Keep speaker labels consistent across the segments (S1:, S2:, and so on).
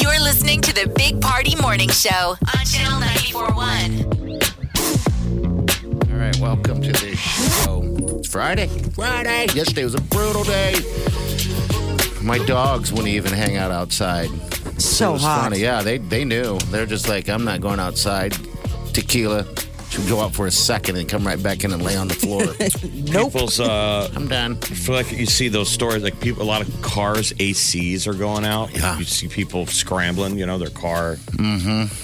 S1: You're listening to the Big Party Morning Show on Channel 941.
S2: All right, welcome to the show. It's Friday. Friday. Yesterday was a brutal day. My dogs wouldn't even hang out outside. it
S3: So
S2: was
S3: hot.
S2: funny. Yeah, they they knew. They're just like, I'm not going outside. Tequila. Should go out for a second and come right back in and lay on the floor.
S3: Nope.
S4: People's, uh,
S2: I'm done.
S4: I feel like you see those stories, like people, a lot of cars, ACs are going out.
S2: Yeah. Mm-hmm.
S4: You see people scrambling, you know, their car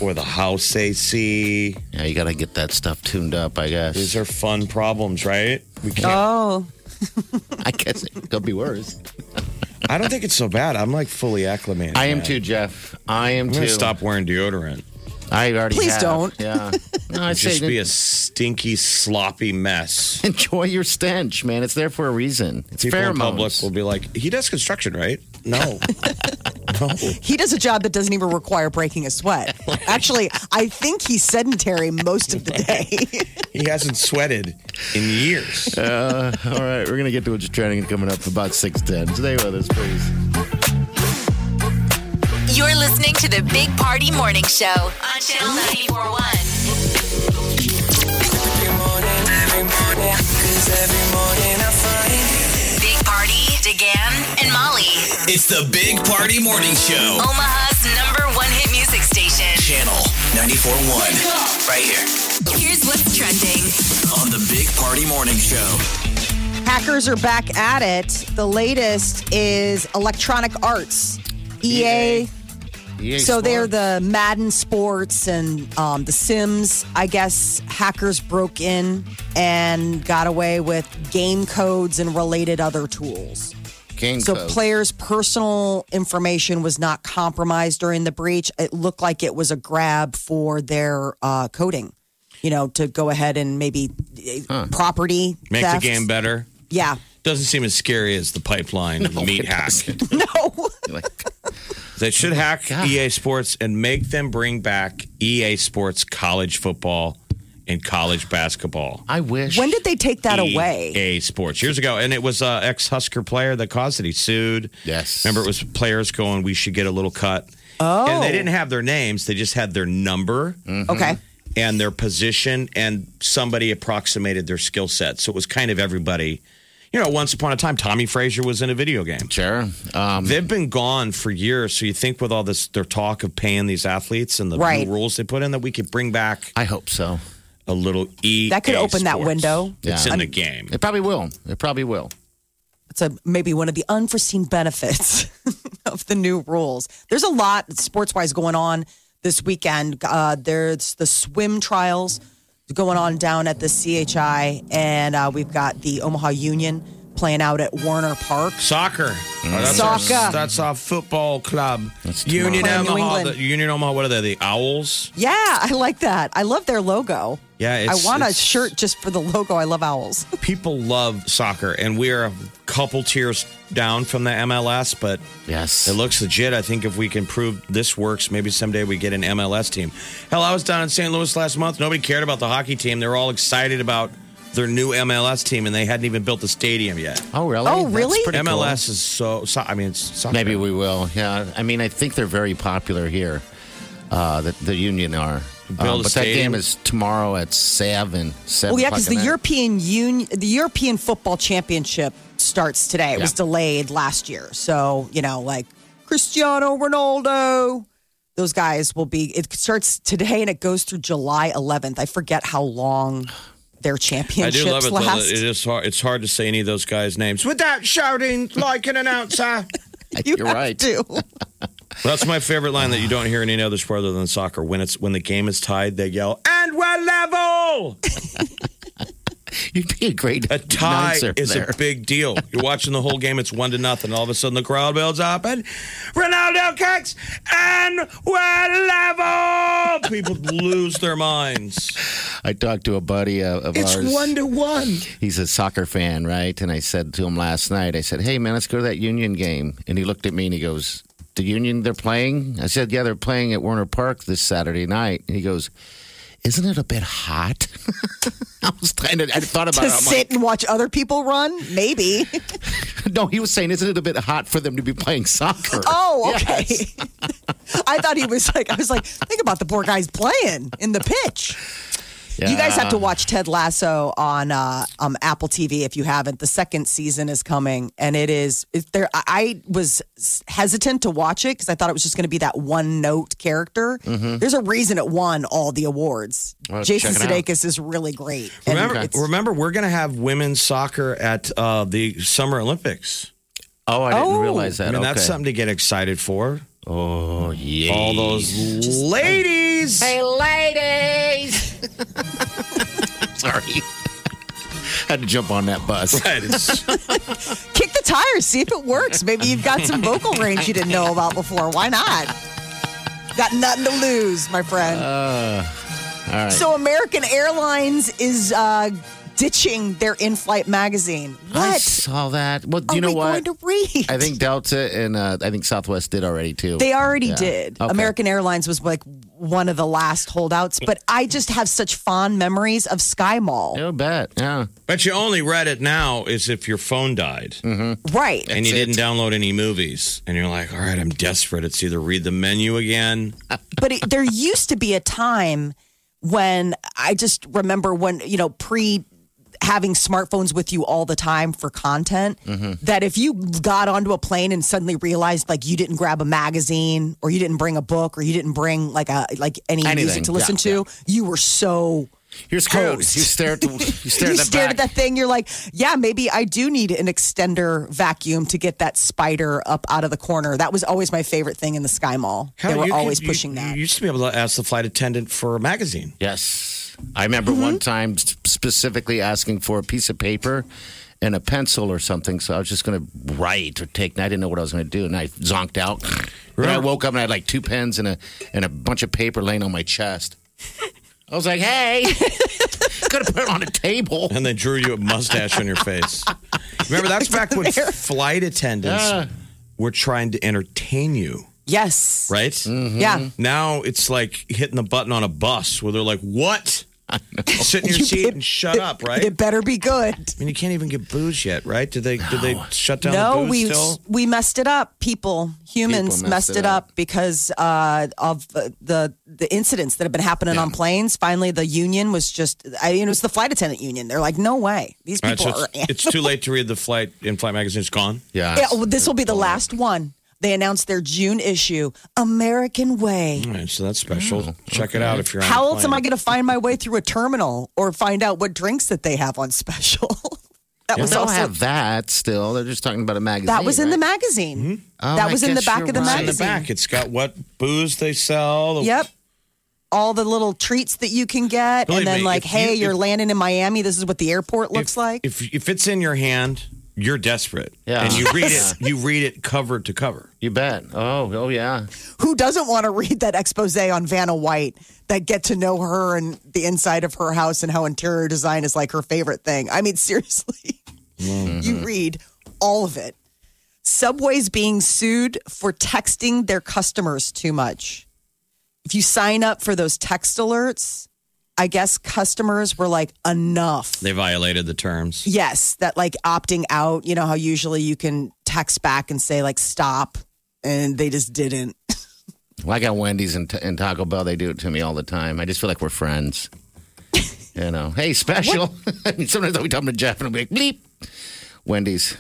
S4: or the house AC.
S2: Yeah, you gotta get that stuff tuned up, I guess.
S4: These are fun problems, right? We can't.
S3: Oh,
S2: I guess it could be worse.
S4: I don't think it's so bad. I'm like fully acclimated.
S2: I am
S4: man.
S2: too, Jeff. I am
S4: I'm
S2: too.
S4: gonna stop wearing deodorant.
S2: I already
S3: Please
S2: have.
S3: don't.
S2: Yeah. No, I
S4: Just
S2: say
S4: be a stinky, sloppy mess.
S2: enjoy your stench, man. It's there for a reason. It's
S4: People in
S2: pheromones.
S4: public will be like, "He does construction, right?" No, no.
S3: he does a job that doesn't even require breaking a sweat. Actually, I think he's sedentary most of the day.
S4: He hasn't sweated in years.
S2: Uh, All right, we're gonna get to what's trending coming up about six ten. Stay with us, please.
S1: You're listening to the Big Party Morning Show on Channel 941. Big Party, DeGan, and Molly.
S5: It's the Big Party Morning Show.
S1: Omaha's number one hit music station.
S5: Channel 94.1. Right here
S1: Here's what's trending.
S5: on the Big Party Morning Show.
S3: Hackers are back at it. The latest is Electronic Arts. EA,
S2: EA
S3: so
S2: Sports.
S3: they're the Madden Sports and um, The Sims. I guess hackers broke in and got away with game codes and related other tools.
S2: game
S3: So
S2: code.
S3: players' personal information was not compromised during the breach. It looked like it was a grab for their uh, coding, you know, to go ahead and maybe uh property
S4: Make the
S3: theft.
S4: game better.
S3: Yeah,
S4: Doesn't seem as scary as the pipeline and the meat hack.
S3: no,
S2: Like,
S4: They should hack
S2: God.
S4: EA Sports and make them bring back EA Sports college football and college basketball.
S2: I wish.
S3: when did they take that away?
S4: EA Sports years ago, and it was uh, ex Husker player that caused it. He sued.
S2: Yes.
S4: remember it was players going, "We should get a little cut." Oh, and they didn't have their names; they just had their number
S3: Okay,
S4: and their position, and somebody approximated their skill set. So it was kind of everybody. You know, once upon a time, Tommy Frazier was in a video game.
S2: Sure. Um,
S4: They've been gone for years, so you think with all this their talk of paying these athletes and the new
S3: Right.
S4: rules they put in that we could bring back
S2: I hope so.
S4: a little e
S3: That could open that window.
S4: It's
S2: Yeah.
S4: in the game.
S2: It probably will. It probably will.
S3: it's a, maybe one of the unforeseen benefits of the new rules. There's a lot sports wise going on this weekend. Uh, there's the swim trials going on down at the CHI, and uh, we've got the Omaha Union playing out at Warner Park.
S4: Soccer. Oh, That's our-
S3: Soccer.
S4: that's our football club.
S2: Mm. That's tomorrow.
S4: Union
S3: Play New
S4: Omaha.
S3: England.
S4: the- Union Omaha. What are they? The Owls.
S3: Yeah, I like that. I love their logo.
S4: Yeah, it's-
S3: I want a
S4: it's-
S3: shirt just for the logo. I love owls.
S4: People love soccer, and we are a couple tiers down from the MLS, but
S2: Yes.
S4: It looks legit. I think if we can prove this works, maybe someday we get an MLS team. Hell, I was down in St. Louis last month. Nobody cared about the hockey team. They were all excited about their new MLS team, and they hadn't even built the stadium yet.
S2: oh really?
S3: Oh,
S2: That's
S3: really?
S2: pretty cool.
S4: MLS is so, so. I mean, it's soccer.
S2: Maybe we will. Yeah. I mean, I think they're very popular here. Uh, the, the Union are.
S4: Build
S2: Um,
S4: a
S2: but that
S4: stadium.
S2: game is tomorrow at seven.
S3: Well,
S2: Seven.
S3: Oh, yeah, because
S2: o'clock
S3: the
S2: at night.
S3: European Union, the European Football Championship starts today. It was
S2: Yeah.
S3: delayed last year, so you know, like Cristiano Ronaldo, those guys will be. It starts today and it goes through July 11th. I forget how long their
S4: I
S3: championships
S4: do love it. Though, that
S3: last.
S4: it is hard. It's hard to say any of those guys' names without shouting like an announcer.
S3: you
S2: You're
S3: have
S2: right.
S3: to.
S4: That's my favorite line that you don't hear in any other sport other than soccer. When it's when the game is tied, they yell, "And we're level."
S2: You'd be a great
S4: A tie
S2: announcer
S4: is
S2: there.
S4: a big deal. You're watching the whole game, it's one to nothing. All of a sudden, the crowd bells up, and Ronaldo kicks, and we're level. People lose their minds.
S2: I talked to a buddy uh, of, of
S4: It's
S2: ours.
S4: one to one.
S2: He's a soccer fan, right? And I said to him last night, I said, "Hey man, let's go to that Union game." And he looked at me and he goes, "The Union they're playing?" I said, "Yeah, they're playing at Werner Park this Saturday night." And he goes, "Isn't it a bit hot?" I was trying to. I thought about
S3: to
S2: it. I'm like,
S3: sit and watch other people run? Maybe.
S2: no, he was saying, "Isn't it a bit hot for them to be playing soccer?"
S3: Oh,
S2: Yes.
S3: okay. I thought he was like, I was like, think about the poor guys playing in the pitch. You guys have to watch Ted Lasso on uh, um, Apple TV if you haven't. The second season is coming, and it is it, there. I- I was hesitant to watch it because I thought it was just going to be that one note character. There's a reason it won all the awards.
S2: Mm-hmm. Well,
S3: Jason
S2: check it out.
S3: Sudeikis is really great. And
S4: Remember,
S3: it's-
S4: remember, we're going to have women's soccer at uh, the Summer Olympics.
S2: Oh, I didn't
S3: Oh.
S2: realize that.
S4: I mean,
S2: okay.
S4: that's something to get excited for.
S2: Oh, yeah.
S4: All those ladies.
S2: Sorry. Had to jump on that bus.
S4: Right, it's-
S3: kick the tires, see if it works. Maybe you've got some vocal range you didn't know about before. Why not? Got nothing to lose, my friend.
S2: Uh, all right.
S3: So American Airlines is uh, ditching their in-flight magazine.
S2: I
S3: What
S2: saw that. Well, do
S3: are
S2: you know
S3: we
S2: what?
S3: going to read?
S2: I think Delta and uh, I think Southwest did already too.
S3: They already
S2: Yeah.
S3: did.
S2: Okay.
S3: American Airlines was like one of the last holdouts, but I just have such fond memories of Sky Mall.
S2: I bet. Yeah.
S4: but you only read it now is if your phone died
S3: Right.
S4: and you
S2: Mm. That's
S4: didn't download any movies. And you're like, all right, I'm desperate. It's either read the menu again.
S3: but it, there used to be a time when I just remember when you know pre having smartphones with you all the time for content
S2: Mm-hmm.
S3: that if you got onto a plane and suddenly realized like you didn't grab a magazine or you didn't bring a book or you didn't bring like a like any music
S2: Anything.
S3: to listen to
S2: Yeah,
S3: you were so
S2: You're screwed.
S3: Toast.
S2: You stare at the you stare
S3: you
S2: at the
S3: stared at
S2: back.
S3: that thing you're like yeah maybe I do need an extender vacuum to get that spider up out of the corner that was always my favorite thing in the Sky Mall they were
S4: you
S3: always
S4: could- you-
S3: pushing that
S4: You used to be able to ask the flight attendant for a magazine.
S2: yes. I remember
S3: Mm-hmm.
S2: one time s- specifically asking for a piece of paper and a pencil or something. So I was just going to write or take. And I didn't know what I was going to do, and I zonked out. And I
S4: Right.
S2: woke up and I had like two pens and a and a bunch of paper laying on my chest. I was like, "Hey, could have put it on a table."
S4: And they drew you a mustache on your face. Remember, that's back when flight attendants
S2: Yeah.
S4: were trying to entertain you,
S3: yes
S4: right?
S2: Mm-hmm.
S3: yeah
S4: Now it's like hitting the button on a bus where they're like, what? Sit in your
S3: You-
S4: seat
S3: it-
S4: and shut up, right?
S3: It better be good.
S4: I mean, you can't even get booze yet, right? Did they did they shut down
S3: No,
S4: the booze
S3: we
S4: still?
S3: we messed it up. People, humans
S2: People
S3: messed, it up, because uh, of the, the the incidents that have been happening on planes. Finally, the union was just. I mean, it was the flight attendant union. They're like, no way, these
S4: All right,
S3: people
S4: so
S3: are.
S4: it's, it's too late to read the flight in flight magazine. It's gone.
S2: Yeah.
S3: Yeah, well, this will be the last one. They announced their June issue, American Way.
S4: All right, so that's special. Check it out if you're.
S3: How
S4: on a
S3: else am I
S4: plane.
S3: going to find my way through a terminal or find out what drinks that they have on special? that
S2: They
S3: was
S2: don't
S3: also
S2: have that still. They're just talking about a magazine.
S3: that was in the
S2: right?
S3: magazine.
S2: Oh,
S3: that
S2: I
S3: was in the
S2: guess
S3: back
S2: you're
S3: of the
S2: right.
S4: Mm-hmm. In the
S3: magazine.
S4: back, it's got what booze they sell. the-
S3: Yep. All the little treats that you can get,
S4: Believe
S3: and then
S4: me,
S3: like,
S4: if
S3: hey,
S4: you-
S3: you, are
S4: if-
S3: landing in Miami. This is what the airport
S4: If-
S3: looks like.
S4: If if it's in your hand, you're desperate.
S2: Yeah.
S4: And you read it. You read it cover to cover.
S2: You bet. Oh, oh yeah.
S3: Who doesn't want to read that expose on Vanna White? That get to know her and the inside of her house and how interior design is like her favorite thing. I mean, seriously, you
S4: Mm-hmm.
S3: read all of it. Subway's being sued for texting their customers too much. If you sign up for those text alerts, I guess customers were like, enough.
S4: They violated the terms.
S3: Yes, that like opting out, you know how usually you can text back and say like stop and they just didn't.
S2: Well, I got Wendy's and, and Taco Bell. They do it to me all the time. I just feel like we're friends. you know, hey, special. Sometimes I'll be talking to Jeff and I'll be like, bleep. Wendy's.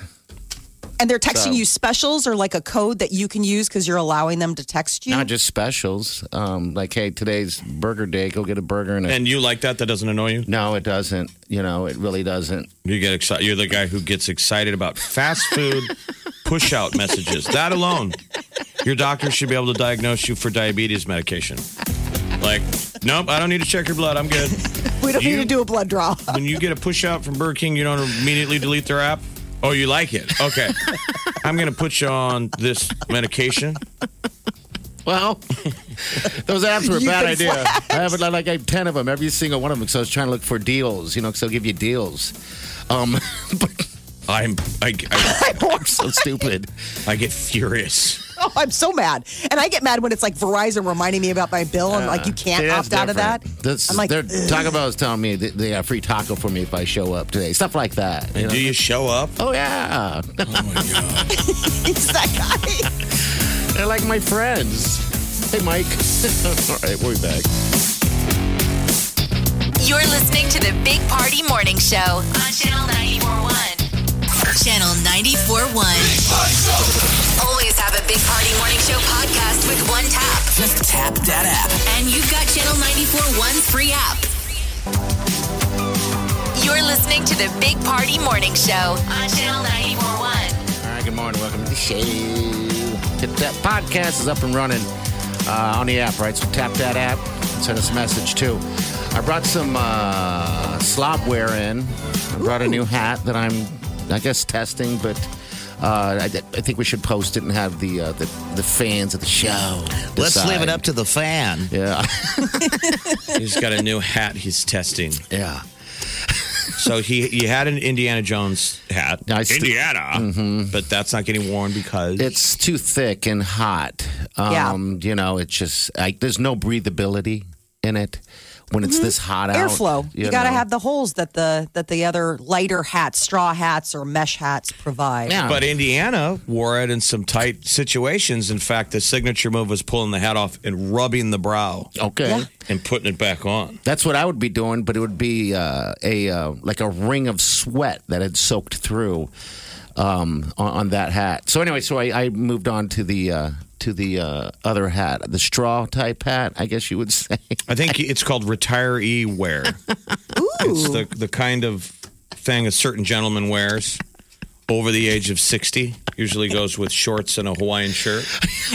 S3: And they're texting
S2: So-
S3: you specials or like a code that you can use cuz you're allowing them to text you.
S2: Not just specials. Um, like, hey, today's burger day. Go get a burger. And, a,
S4: And you like that? That doesn't annoy you?
S2: no, it doesn't. You know, it really doesn't.
S4: You get excited. You're the guy who gets excited about fast food push out messages. That alone, your doctor should be able to diagnose you for diabetes medication. Like, nope, I don't need to check your blood. I'm good.
S3: We don't
S4: You-
S3: need to do a blood draw.
S4: when you get a push out from Burger King, you don't immediately delete their app. Oh, you like it? Okay. I'm going to put you on this medication.
S2: Well, those apps were a
S3: You've
S2: bad
S3: been
S2: idea. I have like I have ten of them, every single one of them. So I was trying to look for deals, you know, because they'll give you deals. Um, but
S4: I'm I, I,
S2: I'm so stupid.
S4: I get furious.
S3: Oh, I'm so mad. And I get mad when it's like Verizon reminding me about my bill and like you can't
S2: See, that's
S3: opt out of that.
S2: different. That's,
S3: I'm like,
S2: they're, Taco Bell is telling me that they have free taco for me if I show up today. Stuff like that. you know?
S4: Do you show up?
S2: Oh yeah,
S3: it's that guy.
S2: they're like my friends. Hey, Mike. All right, we'll be back.
S1: You're listening to the Big Party Morning Show on Channel 941. Channel 941. Always have a Big Party Morning Show podcast with one tap. Just
S5: Tap that app.
S1: And you've got Channel 941's free app. You're listening to the Big Party Morning Show on Channel 941.
S2: All right, good morning. Welcome to the show. Tip That podcast is up and running uh, on the app, right? So tap that app and send us a message too. I brought some uh, slobware in. I brought a new hat that I'm, I guess, testing, but. Uh, I, I think we should post it and have the uh, the, the fans of the show.
S6: Let's live
S2: decide.
S6: it up to the fan.
S2: Yeah,
S4: He's got a new hat he's testing.
S2: yeah.
S4: So he he had an Indiana Jones hat.
S2: I st-
S4: Indiana. But that's not getting worn because
S2: It's too thick and hot. Um, You know, it's just like there's no breathability in it when it's this hot out.
S3: Mm-hmm. Airflow. You, gotta
S2: know.
S3: have the holes that the that the other lighter hats, straw hats or mesh hats provide.
S2: Yeah.
S4: But Indiana wore it in some tight situations. In fact, the signature move was pulling the hat off and rubbing the brow
S2: Okay.
S3: Yeah.
S4: and putting it back on.
S2: That's what I would be doing, but it would be uh, a uh, like a ring of sweat that had soaked through um, on, on that hat. So anyway, so I, I moved on to the uh, to the uh, other hat, the straw type hat, I guess you would say.
S4: I think it's called retiree wear. It's the, the kind of thing a certain gentleman wears over the age of 60. Usually goes with shorts and a Hawaiian shirt.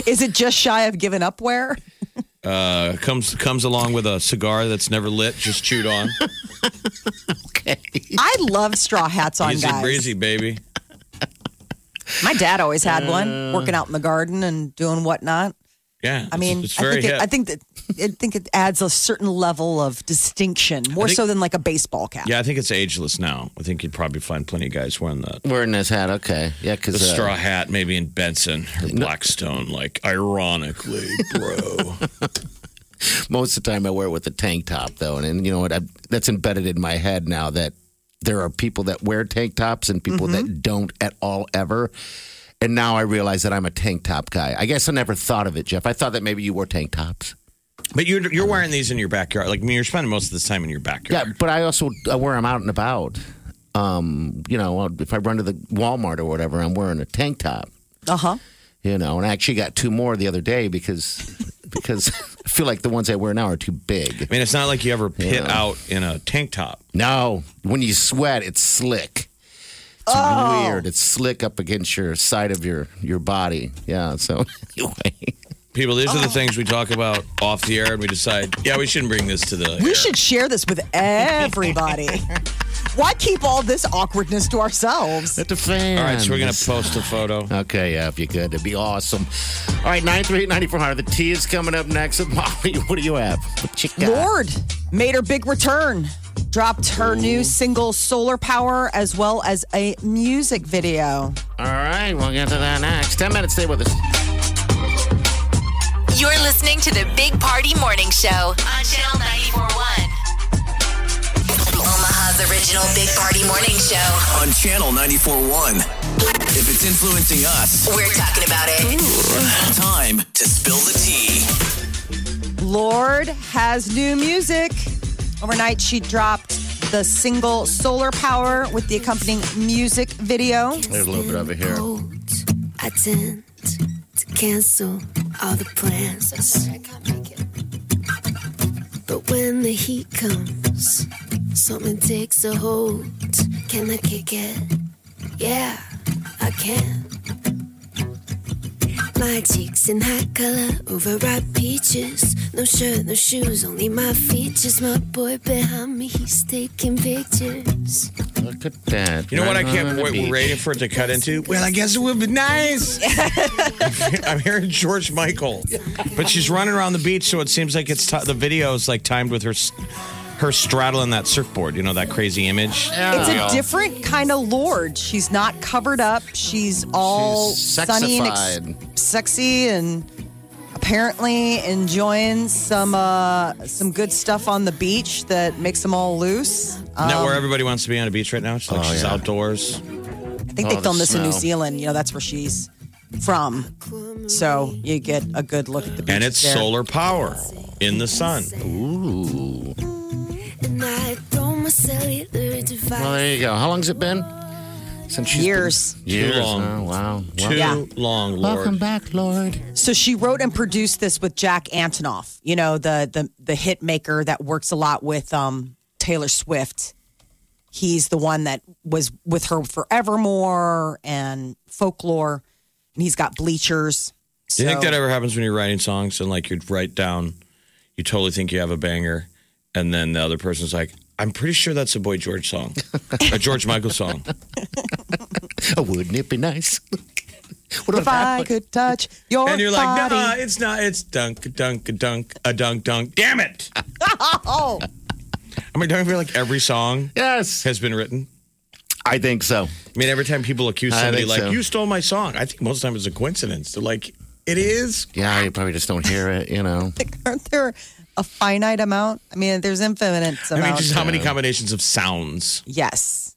S3: Is it just shy of giving up wear?
S4: Uh, comes comes along with a cigar that's never lit, just chewed on.
S3: I love straw hats on
S4: Easy
S3: guys.
S4: breezy, baby.
S3: My dad always had one, working out in the garden and doing whatnot.
S4: Yeah.
S3: I mean,
S4: Uh. it's, it's very
S3: I think
S4: hip.
S3: it, I think that I think it adds a certain level of distinction, more
S4: think-
S3: so than like a baseball cap.
S4: yeah, I think it's ageless now. I think you'd probably find plenty of guys wearing that.
S2: Wearing this hat, okay, yeah, because
S4: The straw hat, maybe in Benson or Blackstone, like ironically, bro.
S2: most of the time I wear it with a tank top though, and, and you know what? I, that's embedded in my head now that there are people that wear tank tops and people that don't at all ever. And now I realize that I'm a tank top guy. I guess I never thought of it, Jeff. I thought that maybe you wore tank tops.
S4: but you're you're wearing these in your backyard. Like I mean, you're spending most of this time in your
S2: Yeah,
S4: backyard.
S2: but I also I wear them out and about. Um, you know, if I run to the Walmart or whatever, I'm wearing a tank top.
S3: Uh huh.
S2: You know, and I actually got two more the other day because because I feel like the ones I wear now are too big.
S4: I mean, it's not like you ever pit out in a tank top.
S2: No, when you sweat, it's slick. It's
S3: Oh.
S2: weird. It's slick up against your side of your your body. Yeah. So anyway,
S4: People, these
S2: Oh.
S4: are the things we talk about off the air, and we decide, yeah, we shouldn't bring this to the.
S3: We
S4: air.
S3: should share this with everybody. Why keep all this awkwardness to ourselves?
S2: that's a fan.
S4: All right, so we're gonna post a photo.
S2: Okay, yeah, if you could, it'd be awesome. All right, 938-9400. The tea is coming up next. Molly, what do you have? What you got?
S3: Lord made her big return, dropped her new single "Solar Power" as well as a music video.
S2: All right, we'll get to that next. 10 minutes, stay with us.
S1: You're listening to the Big Party Morning Show on Channel 941. Omaha's original Big Party Morning Show.
S5: On channel 941. If it's influencing us,
S1: We're talking about it.
S5: time to spill the tea.
S3: Lord has new music. Overnight, she dropped the single Solar Power with the accompanying music video.
S2: There's a little bit over here.
S7: I tend to cancel all the plans. But when the heat comes, something takes a hold. Can I kick it? Yeah, I can. My cheeks in hot color, overripe peaches. No shirt, no shoes, only my features. My boy behind me, he's taking pictures.
S2: Look at that.
S4: You know what? I
S2: Right on
S4: can't
S2: the
S4: wait. We're
S2: beach.
S4: waiting for it to cut into. Well, I guess it would be nice. I'm hearing George Michael, but she's running around the beach, so it seems like it's ti the video is like timed with her s- her straddling that surfboard. You know that crazy image.
S3: It's a different kind of Lord. She's not covered up. She's all
S2: She's
S3: sunny and ex- sexy, and apparently enjoying some uh, some good stuff on the beach that makes them all loose.
S4: Isn't that where
S2: Um,
S4: everybody wants to be on a beach right now? It's like she's outdoors.
S3: I think
S2: Oh,
S3: they
S2: the
S3: filmed this in New
S2: smell.
S3: Zealand. You know, that's where she's from. So you get a good look at the beach.
S4: And it's
S3: there.
S4: solar power in the sun.
S2: Ooh.
S7: And I throw my cellular device.
S2: Well, there you go. How long's it been? Since she's
S3: Years.
S2: Been? Years.
S4: Too long.
S2: Oh, wow.
S4: Too
S2: Wow.
S3: Yeah.
S4: long,
S2: Welcome
S4: Lord.
S2: back, Lord.
S3: So she wrote and produced this with Jack Antonoff, you know, the the the hit maker that works a lot with um, Taylor Swift. He's the one that was with her forevermore and folklore, and he's got bleachers.
S4: Do you think
S3: So-
S4: that ever happens when you're writing songs and like you'd write down, you totally think you have a banger, and then the other person's like, I'm pretty sure that's a Boy George song, a George Michael song.
S2: Oh, wouldn't it be nice? what
S3: if I could touch your
S4: And you're like,
S3: body,
S4: nah, it's not. It's dunk, a dunk, a dunk, a dunk, dunk. Damn it.
S3: oh,
S4: I mean, don't you feel like every song
S2: Yes.
S4: has been written?
S2: I think so.
S4: I mean, every time people accuse
S2: I
S4: somebody,
S2: think
S4: like,
S2: so.
S4: you stole my song, I think most of the time it's a coincidence. They're like, it is.
S2: Yeah, you probably just don't hear it, you know.
S3: aren't there a finite amount? I mean, there's infinite amount.
S4: I mean, just how many combinations of sounds?
S3: Yes.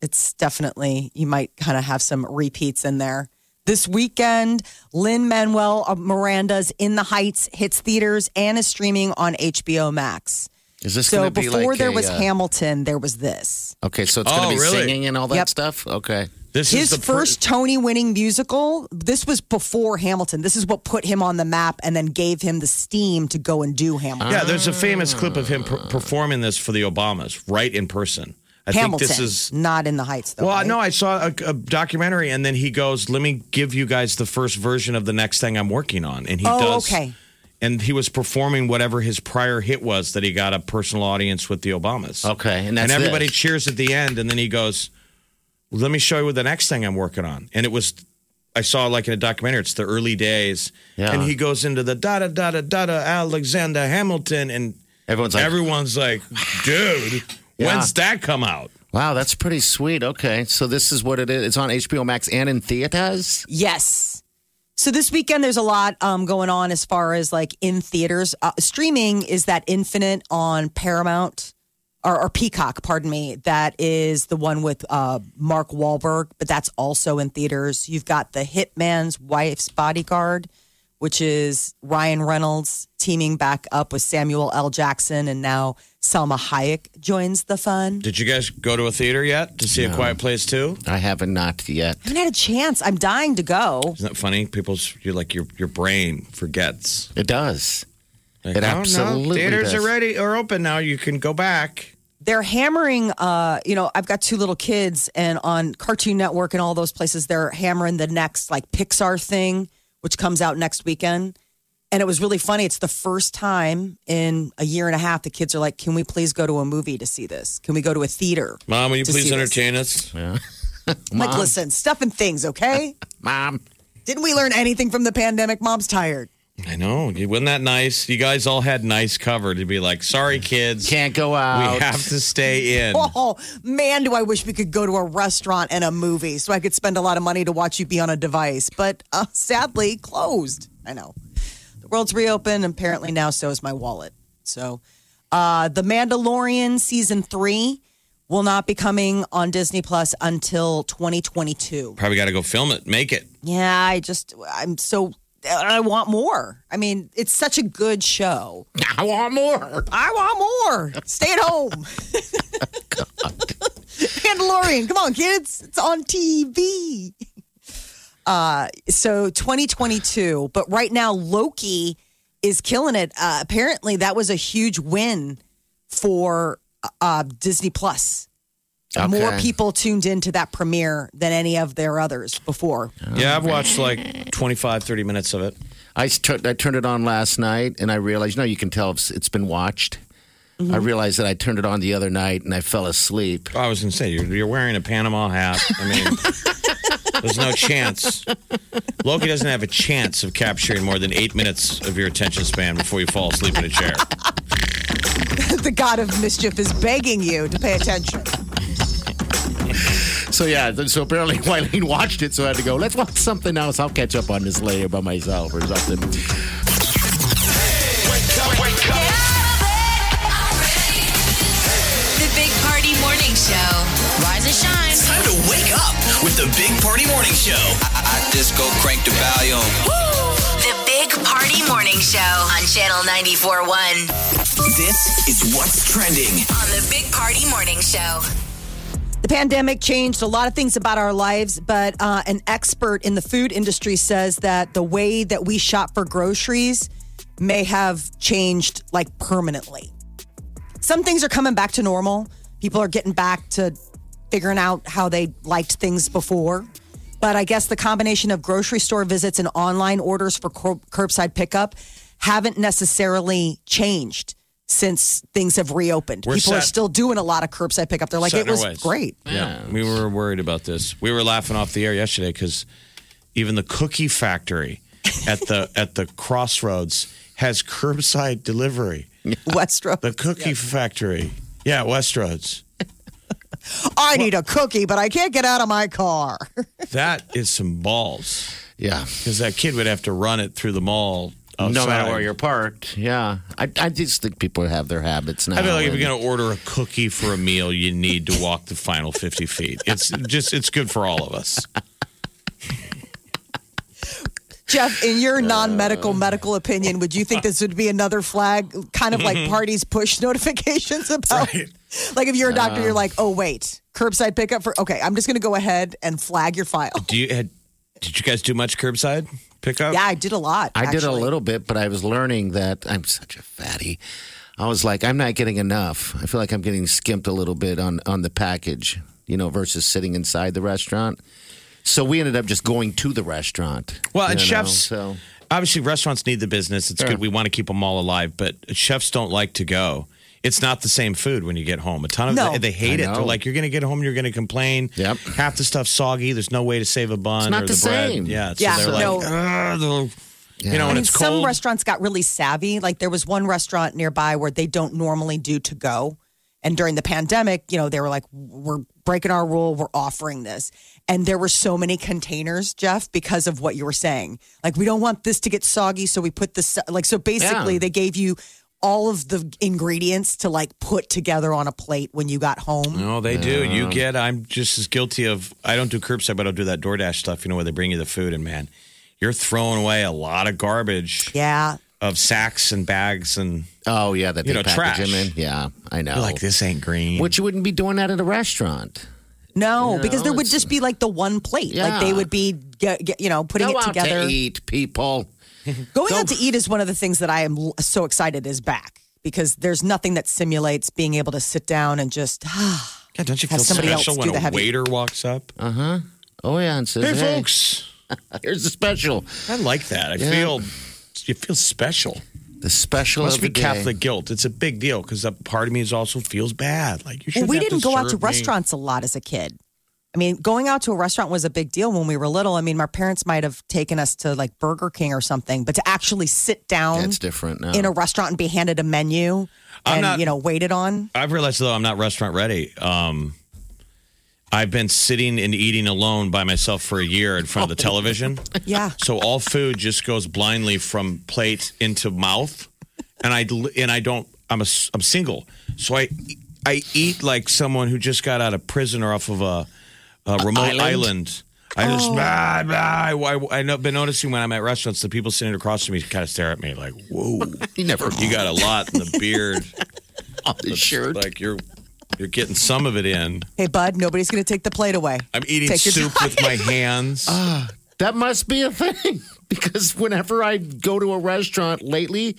S3: It's definitely, you might kind of have some repeats in there. This weekend, Lynn Manuel Miranda's In the Heights hits theaters and is streaming on HBO Max.
S2: Is this
S3: So
S2: going to be
S3: before
S2: like
S3: there
S2: a,
S3: was
S2: uh,
S3: Hamilton, there was this.
S2: Okay, so it's going
S4: Oh,
S2: to be
S4: really?
S2: singing and all that
S3: Yep.
S2: stuff? Okay.
S4: This
S3: His
S4: is the fir-
S3: first Tony winning musical, this was before Hamilton. This is what put him on the map and then gave him the steam to go and do Hamilton.
S4: Yeah, there's a famous clip of him per- performing this for the Obamas, right in person. I
S3: Hamilton,
S4: think this is.
S3: not in the Heights, though.
S4: Well,
S3: right?
S4: no, I saw a, a documentary, and then he goes, "Let me give you guys the first version of the next thing I'm working on," and he
S3: Oh,
S4: does.
S3: okay.
S4: And he was performing whatever his prior hit was that he got a personal audience with the Obamas.
S2: Okay, and
S4: and,
S2: that's
S4: everybody
S2: this.
S4: cheers at the end, and then he goes, "Let me show you the next thing I'm working on," and it was. I saw like in a documentary, it's the early days,
S2: Yeah.
S4: and he goes into the da da da da da da Alexander Hamilton, and
S2: Everyone's like,
S4: Everyone's like, dude, when's that come out?
S2: wow, that's pretty sweet. Okay, so this is what it is. It's on HBO Max and in theaters?
S3: Yes. So this weekend, there's a lot um, going on as far as like in theaters. Uh, streaming is that Infinite on Paramount or, or Peacock, pardon me. That is the one with uh, Mark Wahlberg, but that's also in theaters. You've got The Hitman's Wife's Bodyguard, which is Ryan Reynolds teaming back up with Samuel L. Jackson, and now Selma Hayek joins the fun.
S4: Did you guys go to a theater yet to see A Quiet Place too?
S2: I haven't not yet.
S3: I haven't had a chance. I'm dying to go.
S4: Isn't that funny? People's you like your your brain forgets.
S2: It does.
S4: Like,
S2: It
S4: "Oh,
S2: absolutely
S4: theaters
S2: does.
S4: are ready are open now. You can go back.
S3: they're hammering uh you know i've got two little kids and on cartoon network and all those places they're hammering the next like pixar thing which comes out next weekend and it was really funny it's the first time in a year and a half the kids are like can we please go to a movie to see this can we go to a theater
S4: Mom, will you
S3: To
S4: please
S3: see this.
S4: entertain us?
S3: I'm like listen stuff and things okay
S2: Mom.
S3: didn't we learn anything from the pandemic mom's tired
S4: I know. You- Wasn't that nice? You guys all had nice cover to be like, sorry kids.
S2: Can't go out.
S4: we have to stay in.
S3: oh man do i wish we could go to a restaurant and a movie so i could spend a lot of money to watch you be on a device but uh, sadly closed i know the world's reopened and apparently now so is my wallet so uh, the mandalorian season three will not be coming on disney plus until 2022
S4: Probably gotta go film it. Make it.
S3: yeah i just i'm so i want more i mean it's such a good show
S2: I want more.
S3: I want more. Stay at home. Mandalorian, come on, kids. It's on TV. Uh, so 2022, but right now Loki is killing it. Uh, apparently, that was a huge win for uh, Disney uh, Plus More
S2: Okay.
S3: people tuned into that premiere than any of their others before.
S4: Yeah, I've watched like 25, 30 minutes of it.
S2: I, st- I turned it on last night and I realized, no, you can tell it's, it's been watched. I realized that I turned it on the other night and I fell asleep.
S4: Oh, I was going to say, you're, you're wearing a Panama hat. I mean, there's no chance. Loki doesn't have a chance of capturing more than eight minutes of your attention span before you fall asleep in a chair.
S3: the god of mischief is begging you to pay attention.
S2: So, yeah, th- so apparently Wileen watched it, so I had to go, let's watch something else. I'll catch up on this later by myself or something.
S1: The Big Party Morning Show. Rise and shine.
S5: Time to wake up with the Big Party Morning Show. I, I- I just go crank the volume.
S1: The Big Party Morning Show on Channel 94.1.
S5: This is what's trending.
S1: On the Big Party Morning Show.
S3: The pandemic changed a lot of things about our lives, but uh, an expert in the food industry says that the way that we shop for groceries may have changed like permanently. Some things are coming back to normal. People are getting back to figuring out how they liked things before. But I guess the combination of grocery store visits and online orders for cur- curbside pickup haven't necessarily changed since things have reopened.
S4: We're
S3: People are
S4: set.
S3: still doing a lot of curbside pickup. They're like,
S4: Set
S3: it
S4: in our
S3: was
S4: ways.
S3: great.
S4: Yeah, we were worried about this. We were laughing off the air yesterday because even the cookie factory at the at the crossroads has curbside delivery.
S3: Westrow.
S4: The cookie factory, yeah, Westroads.
S3: I need a cookie, but I can't get out of my car.
S4: That is some balls
S2: Yeah.
S4: because that kid would have to run it through the mall. Outside.
S2: No matter where you're parked. Yeah. I, I just think people have their habits now.
S4: I feel like if
S2: and-
S4: you're going to order a cookie for a meal, you need to walk the final 50 feet. It's just, it's good for all of us.
S3: Jeff, in
S2: Uh,
S3: your non-medical medical opinion, would you think this would be another flag, kind of like parties push notifications about? Like if you're a doctor,
S2: Um,
S3: you're like, oh wait, curbside pickup for okay. I'm just going to go ahead and flag your file.
S4: Do you had, Did you guys do much curbside pickup?
S3: Yeah, I did a lot.
S2: I did a
S3: actually.
S2: little bit, but I was learning that I'm such a fatty. I was like, I'm not getting enough. I feel like I'm getting skimped a little bit on on the package, you know, versus sitting inside the restaurant. So we ended up just going to the restaurant.
S4: Well,
S2: you
S4: and
S2: know,
S4: chefs,
S2: So
S4: obviously, restaurants need the business. It's good. We want to keep them all alive, but chefs don't like to go. It's not the same food when you get home. A ton of
S3: No.
S4: they, they hate
S2: I
S4: it. They're
S2: know.
S4: like, you're going to get home, you're going to complain.
S2: Yep.
S4: Half the stuff soggy. There's no way to save a bun
S2: It's not
S4: or
S2: the
S4: the, bread.
S2: same.
S4: Yeah.
S3: Yeah,
S4: So they're
S3: no.
S4: like, "Ugh, the-" you know,
S3: I mean,
S4: and it's
S3: some
S4: cold.
S3: restaurants got really savvy. Like there was one restaurant nearby where they don't normally do to go. And during the pandemic, you know, they were like, we're breaking our rule, we're offering this. And there were so many containers, Jeff, because of what you were saying. Like, we don't want this to get soggy. So we put this, like, so basically
S2: Yeah.
S3: they gave you all of the ingredients to like put together on a plate when you got home.
S4: No, they do. You get. I'm just as guilty of. I don't do curbside, but I'll do that DoorDash stuff. You know where they bring you the food, and man, you're throwing away a lot of garbage
S3: Yeah.
S4: of sacks and bags, and
S2: oh yeah, that
S4: You
S2: they
S4: know,
S2: package
S4: trash.
S2: them in. Yeah, I know.
S4: you're like this ain't green.
S2: Which you wouldn't be doing that at a restaurant.
S3: No, because there would
S2: it's-
S3: just be like the one plate. Like
S2: Yeah.
S3: they would be, get, get, you know, putting
S2: Go
S3: it
S2: out
S3: together.
S2: to eat, people.
S3: Going out to eat is one of the things that I am l- so excited is back because there's nothing that simulates being able to sit down and just
S4: God, don't you feel
S3: Have somebody else
S4: special
S3: do
S4: when
S3: the
S4: a
S3: heavy-
S4: waiter walks up?
S2: Oh yeah, and says,
S4: hey,
S2: hey,
S4: folks,
S2: here's the special.
S4: I like that. I feel you feel special.
S2: The special
S4: Must
S2: of
S4: be
S2: the day.
S4: Catholic guilt. It's a big deal because a part of me is also feels bad. Like you should.
S3: Well, we didn't go out to restaurants a lot as a kid. I mean, going out to a restaurant was a big deal when we were little. I mean, my parents might have taken us to like Burger King or something, but to actually sit down
S2: That's different now.
S3: in a restaurant and be handed a menu
S4: I'm
S3: and
S4: not-
S3: you know waited on.
S4: I've realized though I'm not restaurant ready. Um, I've been sitting and eating alone by myself for a year in front of
S3: Oh.
S4: the television.
S3: Yeah.
S4: So all food just goes blindly from plate into mouth, and I and I don't. I'm a s- I'm single, so I I eat like someone who just got out of prison or off of a, a remote island. I just ah, ah, I, I know, been noticing when I'm at restaurants, the people sitting across from me kind of stare at me like, "Whoa,
S2: you never
S4: you got a lot in the beard."
S2: on the shirt.
S4: Like you're you're getting some of it in.
S3: Hey, bud, nobody's going to take the plate away.
S4: I'm eating
S3: Take your
S4: soup with my hands.
S2: That must be a thing because whenever I go to a restaurant lately,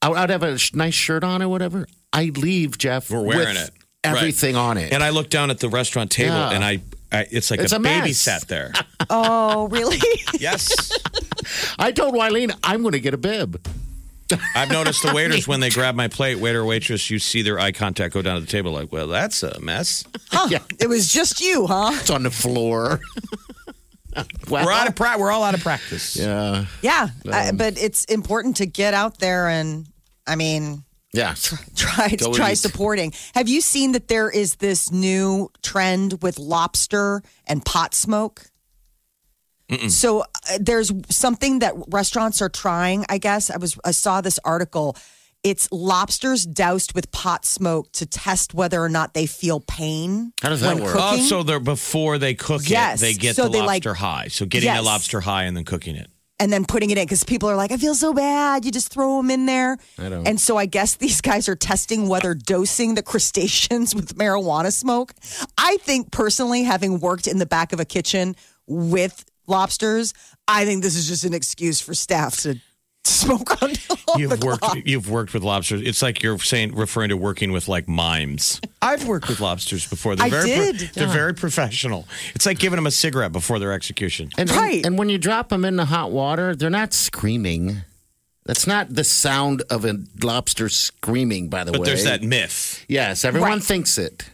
S2: I- I'd have a sh- nice shirt on or whatever. I leave Jeff.
S4: We're wearing
S2: with
S4: it.
S2: everything on it.
S4: And I look down at the restaurant table
S2: Yeah.
S4: and I, I it's like
S2: It's
S4: a,
S2: a
S4: baby
S2: mess.
S4: sat there.
S3: Oh, really?
S4: yes.
S2: I told Wileen I'm going to get a bib.
S4: I've noticed the waiters when they grab my plate, waiter or waitress, you see their eye contact go down to the table like, well, that's a mess.
S2: Yeah,
S3: it was just you, huh?
S2: it's on the floor. well,
S4: We're out of pra- We're all out of practice.
S2: yeah,
S3: Yeah, I-
S2: Um,
S3: but it's important to get out there and, I mean,
S2: yeah.
S3: try
S2: Go
S3: try
S2: eat.
S3: supporting. Have you seen that there is this new trend with lobster and pot smoke? So uh, there's something that restaurants are trying. I guess I was I saw this article. It's lobsters doused with pot smoke to test whether or not they feel pain.
S2: How does that
S3: when
S2: work?
S4: Oh,
S3: Cooking.
S4: so they're before they cook
S3: Yes.
S4: it, they get
S3: So
S4: the
S3: they, like-
S4: lobster high. So getting
S3: Yes.
S4: the lobster high and then cooking it.
S3: and then putting it in because people are like, I feel so bad. You just throw them in there. I
S2: don't-
S3: And so I guess these guys are testing whether dosing the crustaceans with marijuana smoke. I think personally, having worked in the back of a kitchen with lobsters, I think this is just an excuse for staff to smoke on all Oh, the
S4: You've worked.
S3: clock.
S4: You've worked with lobsters. It's like you're saying, referring to working with like mimes. I've worked with lobsters before. They're
S3: I
S4: very
S3: did.
S4: They're very professional. It's like giving them a cigarette before their execution.
S2: And,
S3: Right.
S2: And when you drop them in the hot water, they're not screaming. That's not the sound of a lobster screaming. By the
S4: But
S2: way,
S4: there's that myth.
S2: Yes, everyone
S3: Right.
S2: thinks it.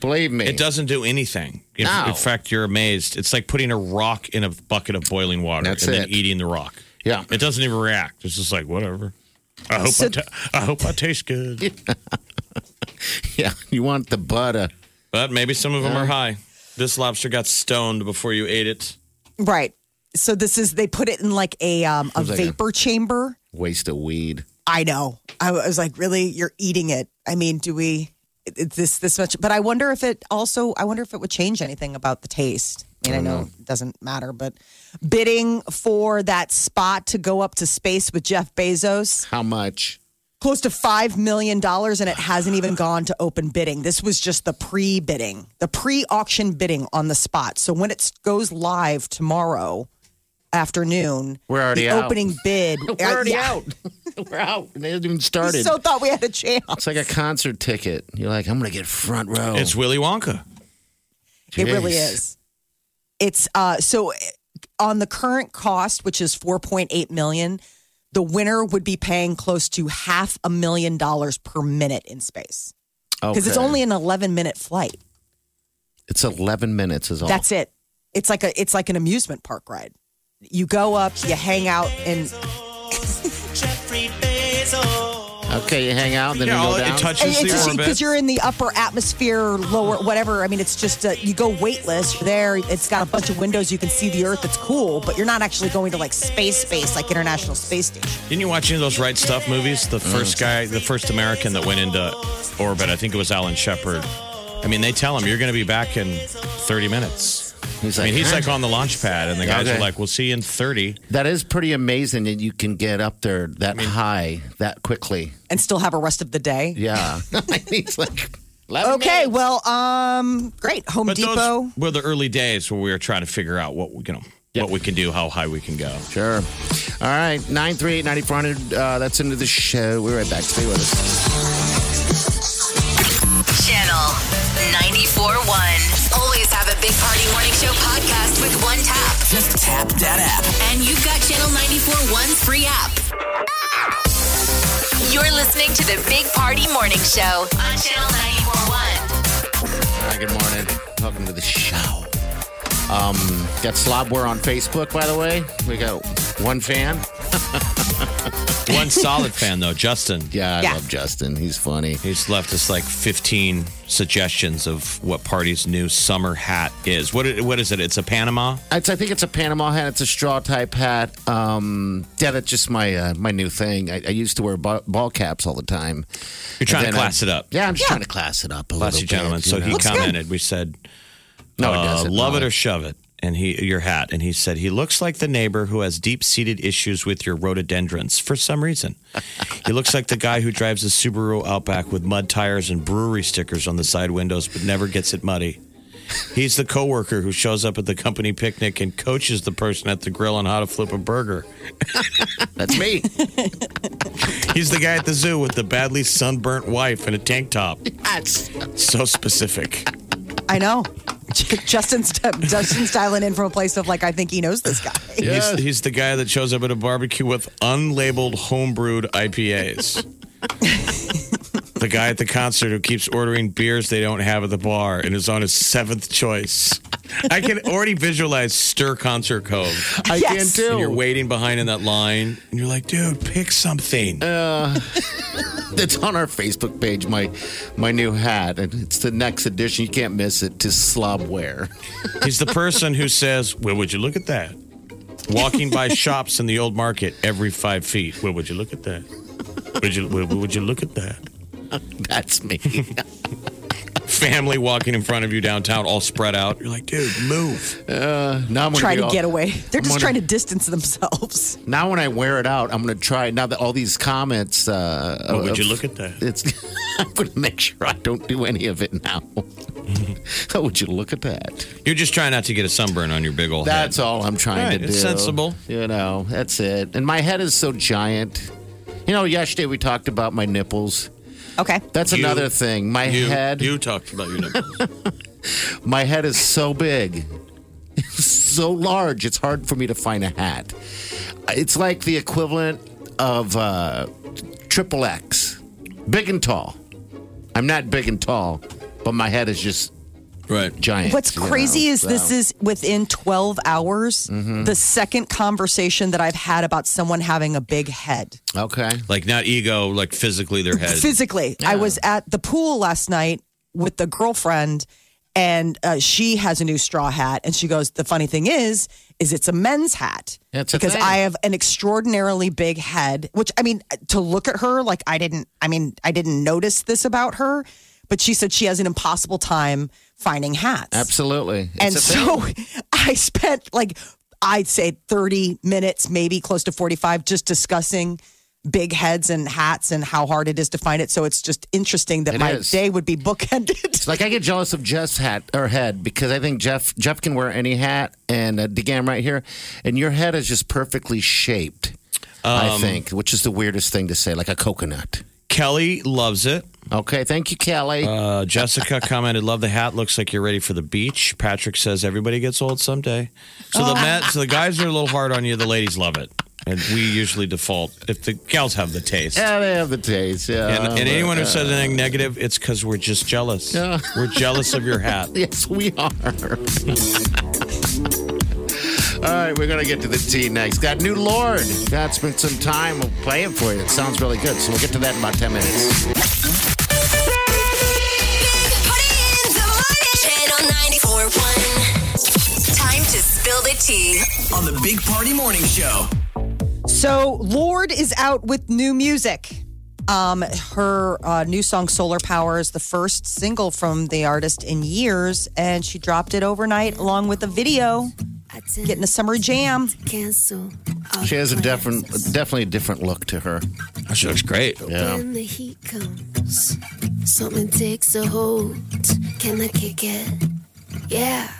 S2: Believe me,
S4: It doesn't do anything. If,
S2: No.
S4: In fact, you're amazed. It's like putting a rock in a bucket of boiling water
S2: That's
S4: and then
S2: it.
S4: eating the rock.
S2: Yeah.
S4: It doesn't even react. It's just like whatever. I hope I,
S3: So-
S4: ta- I hope I taste good.
S2: Yeah, you want the butter.
S4: But maybe some of them are high. This lobster got stoned before you ate it.
S3: Right. So this is, they put it in like a, um, a
S2: like a-
S3: vapor chamber.
S2: Waste of weed.
S3: I know. I was like, really, you're eating it. I mean, do we it's this this much? But I wonder if it also. I wonder if it would change anything about the taste. I mean,
S2: Mm-hmm.
S3: I, know, it doesn't matter, but bidding for that spot to go up to space with Jeff Bezos,
S2: How much?
S3: close to five million dollars, and it hasn't even gone to open bidding. This was just the pre bidding, the pre auction bidding on the spot. So when it goes live tomorrow afternoon,
S2: We're already
S3: the
S2: out.
S3: opening bid.
S2: We're already
S3: Yeah.
S2: out. We're out. They haven't even started.
S3: So thought we had a chance.
S2: it's like a concert ticket. You're like, I'm gonna get front row.
S4: It's Willy Wonka.
S3: It really
S2: Jeez.
S3: is. It's uh so on the current cost, which is 4.8 million, the winner would be paying close to half a million dollars per minute in space because it's
S2: Okay.
S3: only an 11 minute flight.
S2: it's 11 minutes is all.
S3: That's it. It's like a it's like an amusement park ride. You go up, you hang out, and
S2: okay. You hang out, and then
S4: Yeah,
S2: you
S4: all-
S2: go
S4: it
S2: down.
S4: touches-
S3: and
S4: Just the
S3: it's just
S4: orbit.
S3: because you're in the upper atmosphere, or lower, whatever. I mean, it's just uh you go weightless. You're there. It's got a bunch of windows. You can see the Earth. It's cool, but you're not actually going to like space, space like International Space Station.
S4: Didn't you watch any of those Right Stuff movies? The first guy, the first American that went into orbit, I think it was Alan Shepard. I mean, they tell him you're going to be back in 30 minutes.
S2: He's
S4: I mean, he's
S2: "Huh?"
S4: like on the launch pad, and the guys are
S2: Okay.
S4: like, "We'll see you in 30.
S2: That is pretty amazing that you can get up there that high that quickly.
S3: And still have a rest of the day.
S2: Yeah. He's like, "11
S3: Okay,
S2: minutes."
S3: well, um, great. Home
S4: But
S3: Depot.
S4: those were the early days where we were trying to figure out what we, you know, what we can do, how high we can go.
S2: Sure. All right. 938 9400. Uh, that's into the show. We're right back. Stay with us.
S1: Channel 94.1. Always have a Big Party Morning Show podcast with one tap.
S5: Just tap that app.
S1: And you've got Channel 94.1's free app. You're listening to the Big Party Morning Show on Channel 94.1.
S2: Hi, good morning. Welcome to the show. Um, got Slobware on Facebook, by the way. We got one fan.
S4: One solid fan though, Justin.
S2: Yeah, I
S3: Yeah.
S2: love Justin. He's funny.
S4: He's left us like 15 suggestions of what party's new summer hat is. What i- what is it? It's a Panama.
S2: It's, I think it's a Panama hat. It's a straw type hat. Um, yeah, that's just my uh, my new thing. I, I used to wear ba- ball caps all the time.
S4: You're trying to
S2: And then
S4: class
S2: I'm-
S4: it up.
S2: Yeah, I'm just trying to class it up a
S4: Classy
S2: little bit.
S4: gentleman.
S2: you
S4: So he
S2: know?
S4: commented. We said,
S2: No,
S4: uh,
S2: it doesn't.
S4: love
S2: No.
S4: it or shove it. And he, your hat. And he said, he looks like the neighbor who has deep seated issues with your rhododendrons for some reason. he looks like the guy who drives a Subaru Outback with mud tires and brewery stickers on the side windows, but never gets it muddy. He's the coworker who shows up at the company picnic and coaches the person at the grill on how to flip a burger.
S2: That's me.
S4: He's the guy at the zoo with the badly sunburnt wife and a tank top. So specific.
S3: I know. Justin's Justin's dialing in from a place of like I think he knows this guy.
S4: He's, he's the guy that shows up at a barbecue with unlabeled homebrewed IPAs. the guy at the concert who keeps ordering beers they don't have at the bar and is on his seventh choice. I can already visualize Stir Concert Cove.
S2: I
S3: Yes.
S2: can
S4: And
S2: too.
S4: you're waiting behind in that line, and you're like, dude, pick something.
S2: That's on our Facebook page. My my new hat, and it's the next edition. You can't miss it. To slobware.
S4: He's the person who says, Where would you look at that? Walking by shops in the old market every five feet. Where would you look at that? Would you, where would you look at that?
S2: That's me.
S4: Family walking in front of you downtown, all spread out. You're like, dude, move.
S2: Now I'm gonna
S3: Trying
S2: be
S3: to
S2: all-
S3: get away. They're just trying
S2: gonna-
S3: to distance themselves.
S2: Now when I wear it out, I'm going to try. Now that all these comments, uh,
S4: Where Oh, would
S2: of-
S4: you look at that?
S2: It's. I'm going to make sure I don't do any of it now. How would you look at that?
S4: You're just trying not to get a sunburn on your big old head.
S2: That's all I'm trying
S4: Right,
S2: to do.
S4: it's sensible.
S2: You know, that's it. And my head is so giant. You know, yesterday we talked about my nipples.
S3: Okay.
S2: That's
S4: You-
S2: another thing. My
S4: You,
S2: head,
S4: you talked about your nipples.
S2: my head is so big, so large. It's hard for me to find a hat. It's like the equivalent of uh, triple X, big and tall. I'm not big and tall, but my head is just
S4: right.
S2: giant.
S3: What's
S2: you know,
S3: crazy is
S2: so. Mm-hmm.
S3: this is within 12 hours the second conversation that I've had about someone having a big head.
S2: okay.
S4: Like, not ego, like physically their head.
S3: Physically, I was at the pool last night with the girlfriend and uh, she has a new straw hat and she goes the funny thing is is it's a men's hat
S2: It's a
S3: because
S2: thing.
S3: I have an extraordinarily big head which I mean to look at her like I didn't I mean I didn't notice this about her but she said she has an impossible time finding hats
S2: Absolutely. It's
S3: and
S2: a thing.
S3: so I spent like I'd say 30 minutes, maybe close to 45, just discussing big heads and hats and how hard it is to find it. So it's just interesting that
S2: It
S3: my
S2: is.
S3: day would be bookended.
S2: Like I get jealous of Jeff's hat or head because I think Jeff Jeff can wear any hat and uh, DeGam right here, and your head is just perfectly shaped. I think, which is the weirdest thing to say, like a coconut.
S4: Kelly loves it.
S2: Okay, thank you, Kelly.
S4: Uh, Jessica commented, "Love the hat. Looks like you're ready for the beach." Patrick says, "Everybody gets old someday." So
S2: Oh.
S4: the men, so the guys are a little hard on you. The ladies love it, and we usually default if the gals have the taste.
S2: yeah, they have the taste. Yeah,
S4: And, and
S2: but-
S4: anyone who says anything negative, it's because we're just jealous. We're jealous of your hat.
S2: yes, we are. All right, we're gonna get to the tea next. Got new Lord. That's been some time. We'll play it for you. It sounds really good, so we'll get to that in about ten minutes.
S1: Party in the morning. Channel 94.1. Time to spill the tea.
S5: On the Big Party Morning Show.
S3: So Lord is out with new music. Um, her uh, new song "Solar Power" is the first single from the artist in years, and she dropped it overnight along with a video,
S7: I tend
S3: getting a summer jam.
S7: to cancel. all
S2: She has a different,
S7: plans
S2: definitely a different look to her.
S4: She looks great.
S2: Yeah.
S7: When the heat comes, something takes a hold. Can I kick it? Yeah,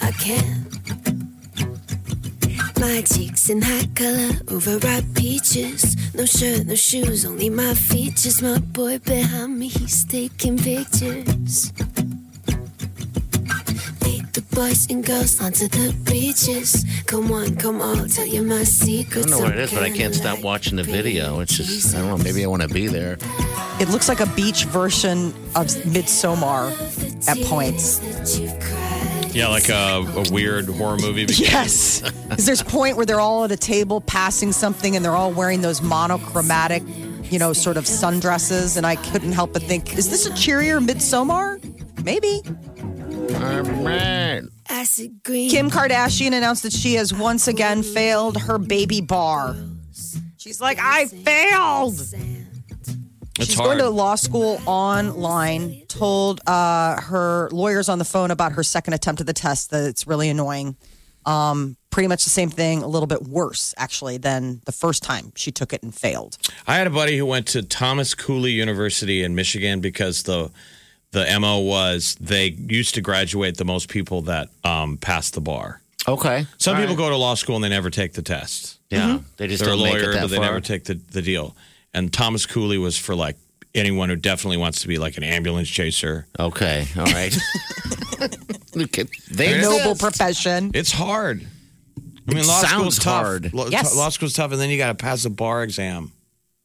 S7: I can. My cheeks in hot color, overripe peaches. No shirt, no shoes, only my features. My boy behind me, he's taking pictures. Lead the boys and girls onto the beaches. Come on, come on, tell you my secrets.
S2: I don't know what it is, but I can't stop watching the video. It's just, I don't know, maybe I want to be there.
S3: It looks like a beach version of Midsommar at points.
S4: Yeah, like a, a weird horror movie.
S3: Yes. Because there's a point where they're all at a table passing something and they're all wearing those monochromatic, you know, sort of sundresses. And I couldn't help but think, is this a cheerier Midsommar? Maybe.
S2: All right.
S7: Acid green.
S3: Kim Kardashian announced that she has once again failed her baby bar. She's like, I failed.
S4: It's
S3: She's
S4: hard.
S3: going to law school online. Told uh, her lawyers on the phone about her second attempt at the test that it's really annoying. Um, pretty much the same thing, a little bit worse actually than the first time she took it and failed.
S4: I had a buddy who went to Thomas Cooley University in Michigan because the the mo was they used to graduate the most people that um, passed the bar.
S2: Okay. Mm-hmm.
S4: Some
S2: All
S4: people
S2: right.
S4: go to law school and they never take the test.
S2: Yeah. They just
S4: They're a
S2: don't make
S4: lawyer,
S2: it that
S4: but they
S2: far.
S4: never take the, the deal. And Thomas Cooley was for like anyone who definitely wants to be like an ambulance chaser.
S2: okay. All right. Look at- they
S4: There it
S2: exist.
S3: Noble profession.
S4: It's hard. I mean,
S2: It
S4: law
S2: sounds
S4: school's tough.
S2: hard.
S4: Law,
S3: Yes.
S4: law school's tough, and then you got to pass a bar exam.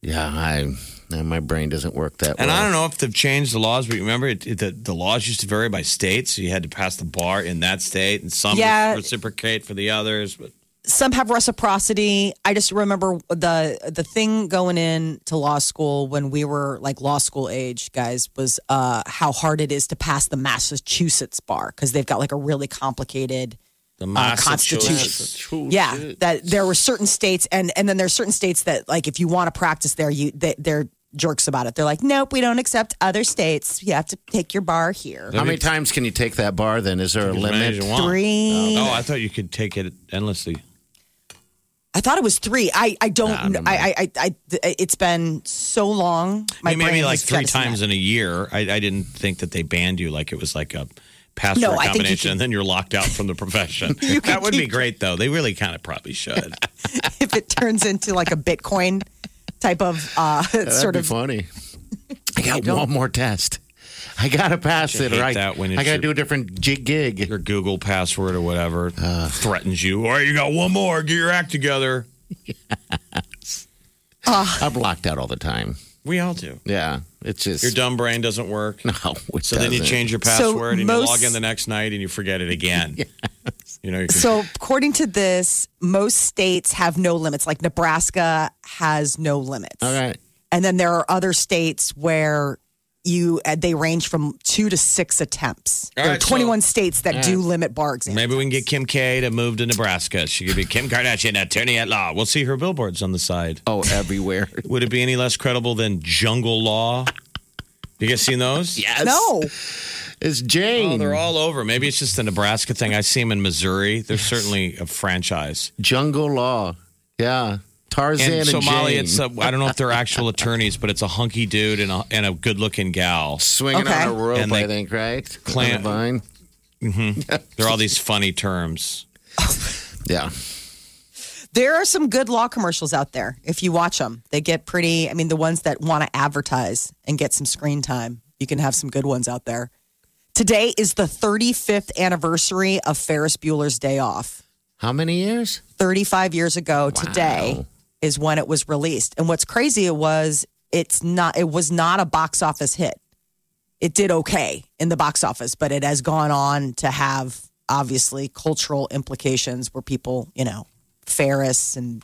S2: Yeah. I. no, My brain doesn't work that
S4: And
S2: well.
S4: I don't know if they've changed the laws, but you remember it, it, the, the laws used to vary by state, so you had to pass the bar in that state, and some
S3: Yeah.
S4: reciprocate for the others. But
S3: Some have reciprocity. I just remember the the thing going in to law school when we were like law school age guys was uh, how hard it is to pass the Massachusetts bar because they've got like a really complicated
S4: the
S3: Uh,
S4: Oh,
S3: Constitution. yeah that there were certain states and and then there's certain states that like if you want to practice there you they, they're jerks about it they're like nope we don't accept other states you have to take your bar here
S2: How many times can you take that bar? Then is there a
S4: As many as
S2: limit?
S4: you want.
S3: three
S4: Oh, I thought you could take it endlessly.
S3: i thought it was three i i don't
S4: Nah, never
S3: I, I I I- it's been so long my
S4: You maybe
S3: brain
S4: like
S3: has
S4: three
S3: jettisoned
S4: times
S3: that.
S4: in a year. I, I didn't think that they banned you like it was like a pass
S3: No,
S4: for a
S3: I think you
S4: combination,
S3: can-
S4: and then you're locked out from the profession. that would be great, though. They really kind of probably should.
S3: if it turns into like a bitcoin type of uh
S2: That'd
S3: sort
S2: be
S3: of
S2: funny. I got one more test. I gotta pass
S4: You
S2: it,
S4: hate
S2: or I,
S4: that when
S2: I
S4: it's
S2: gotta
S4: your-
S2: do a different jig gig.
S4: your Google password or whatever
S3: Uh.
S4: threatens you. All right, you got one more. Get your act together.
S2: I'm locked out all the time.
S4: We all do.
S2: Yeah, it's just
S4: Your dumb brain doesn't work.
S2: no. It
S4: So then you
S2: doesn't.
S4: change your
S3: So
S4: password and you
S3: most-
S4: log in the next night and you forget it again. You know, you can,
S3: So, according to this, most states have no limits. Like Nebraska has no limits.
S2: All right.
S3: And then there are other states where you uh, they range from two to six attempts.
S4: All
S3: there are
S4: right, so-
S3: 21 states that do limit bar exams.
S4: maybe we can get Kim K to move to Nebraska. She could be Kim Kardashian attorney at law. We'll see her billboards on the side.
S2: Oh, everywhere.
S4: Would it be any less credible than Jungle Law? You guys seen those?
S2: yes.
S3: No,
S2: It's
S4: Oh,
S2: Jane.
S4: they're all over. Maybe it's just the Nebraska thing. I see them in Missouri. They're certainly a franchise.
S2: Jungle Law. Yeah. Tarzan
S4: And
S2: and,
S4: Somali,
S2: Jane.
S4: it's uh, a, I don't know if they're actual attorneys, but it's a hunky dude and a, and a good looking gal.
S2: swinging
S3: Okay.
S2: on a rope.
S4: And they
S2: I think right.
S4: clan-
S2: On a vine.
S4: They're all these funny terms.
S2: Yeah.
S3: there are some good law commercials out there. If you watch them, they get pretty. I mean, the ones that want to advertise and get some screen time, you can have some good ones out there. Today is the 35th anniversary of Ferris Bueller's Day Off.
S2: How many years?
S3: 35 years ago today is when it was released. And what's crazy it was it's not it was not a box office hit. It did okay in the box office, but it has gone on to have obviously cultural implications where people, you know, Ferris and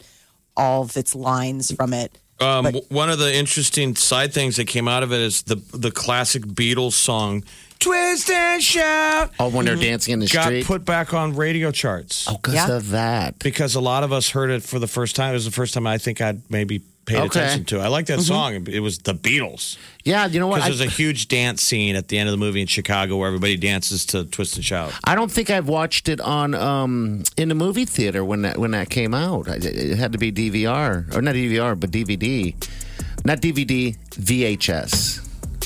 S3: all of its lines from it.
S4: Um, w- one of the interesting side things that came out of it is the the classic Beatles song "Twist and Shout"
S2: Oh, when they're dancing in the
S4: Mm-hmm. got
S2: street.
S4: put back on radio charts
S2: oh, because
S3: Yeah.
S2: of that.
S4: because a lot of us heard it for the first time. It was the first time I think I'd maybe paid
S2: Okay.
S4: attention to. it. I like that song. It was the Beatles
S2: Yeah. You know what?
S4: because
S2: I-
S4: there's a huge dance scene at the end of the movie in Chicago where everybody dances to "Twist and Shout."
S2: I don't think I've watched it on um, in the movie theater when that when that came out. I- It had to be DVR or not DVR, but DVD, not DVD, VHS.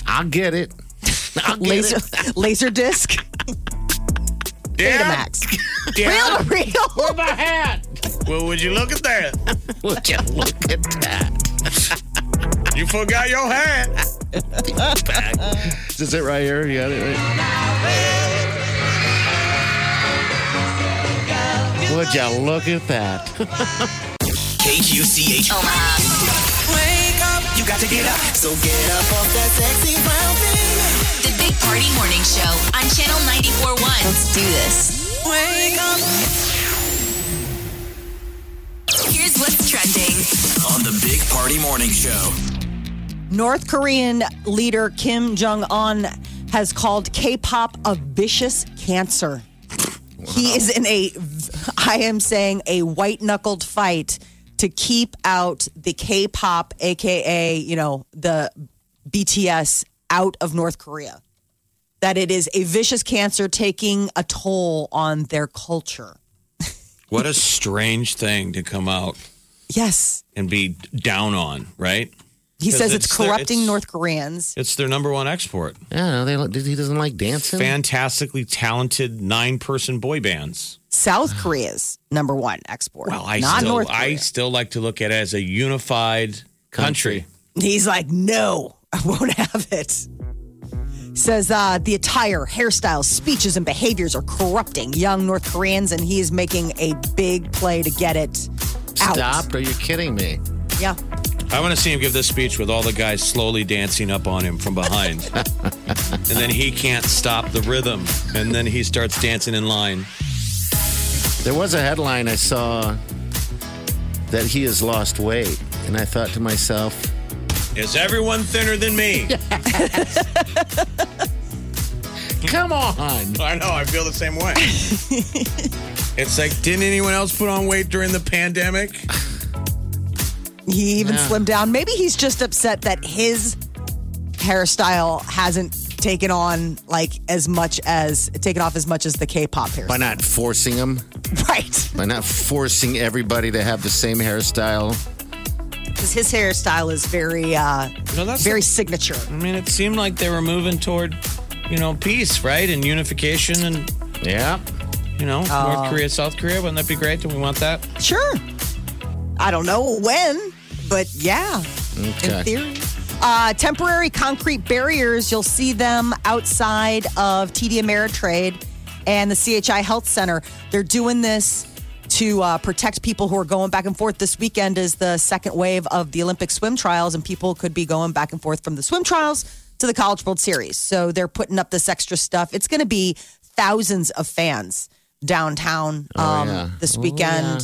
S2: I'll get it. I'll get
S3: Laser
S2: it.
S3: laser disc Betamax. Real to real.
S2: Where my hat?
S4: Well, would you look at that?
S2: Would you look at that?
S4: You forgot your hat.
S2: Is this it right here? You got it right. Would you look at that?
S5: KQCH.
S1: Omaha.
S5: Wake up. You got to get up. So get up off that sexy mountain.
S1: The Big Party Morning Show on Channel 94.1. Let's do this.
S5: Wake up.
S1: Here's what's trending.
S5: On the Big Party Morning Show.
S3: North Korean leader Kim Jong un has called K pop a vicious cancer. He is in a, I am saying, a white knuckled fight to keep out the K pop, AKA, you know, the BTS out of North Korea. That it is a vicious cancer taking a toll on their culture.
S4: What a strange thing to come out
S3: Yes.
S4: and be down on, right?
S3: He says it's,
S4: it's their-
S3: corrupting
S4: it's-
S3: North Koreans.
S4: It's their number one export.
S2: Yeah, no, they, don't- he doesn't like dancing.
S4: Fantastically talented nine person boy bands.
S3: South Korea's number one export.
S4: Well, I
S3: not
S4: still
S3: North
S4: I
S3: Korea.
S4: still like to look at it as a unified country.
S3: He's like, no, I won't have it. Says uh, the attire, hairstyles, speeches, and behaviors are corrupting young North Koreans, and he is making a big play to get it out.
S2: Stop! Are you kidding me?
S3: Yeah.
S4: I want to see him give this speech with all the guys slowly dancing up on him from behind. and then he can't stop the rhythm. And then he starts dancing in line.
S2: There was a headline I saw that he has lost weight, and I thought to myself,
S4: Is everyone thinner than me?
S2: "Come on,
S4: I know, I feel the same way. it's like, didn't anyone else put on weight during the pandemic?
S3: He even
S2: Yeah.
S3: slimmed down. Maybe he's just upset that his hairstyle hasn't taken on like as much as taken off as much as the K-pop
S2: by
S3: hairstyle.
S2: not forcing him,
S3: Right.
S2: by not forcing everybody to have the same hairstyle."
S3: Because his hairstyle is very uh
S4: No, that's
S3: very signature.
S4: I mean, it seemed like they were moving toward, you know, peace, right? And unification and,
S2: Yeah,
S4: you know, North Korea, South Korea. Wouldn't that be great? Do we want that?
S3: Sure. I don't know when, but yeah, in
S2: Okay.
S3: theory. Uh, temporary concrete barriers, you'll see them outside of TD Ameritrade and the CHI Health Center. They're doing this to uh, protect people who are going back and forth. This weekend is the second wave of the Olympic swim trials, and people could be going back and forth from the swim trials to the College World Series. So they're putting up this extra stuff. It's going to be thousands of fans downtown um,
S2: yeah.
S3: this
S2: Oh,
S3: weekend
S2: yeah.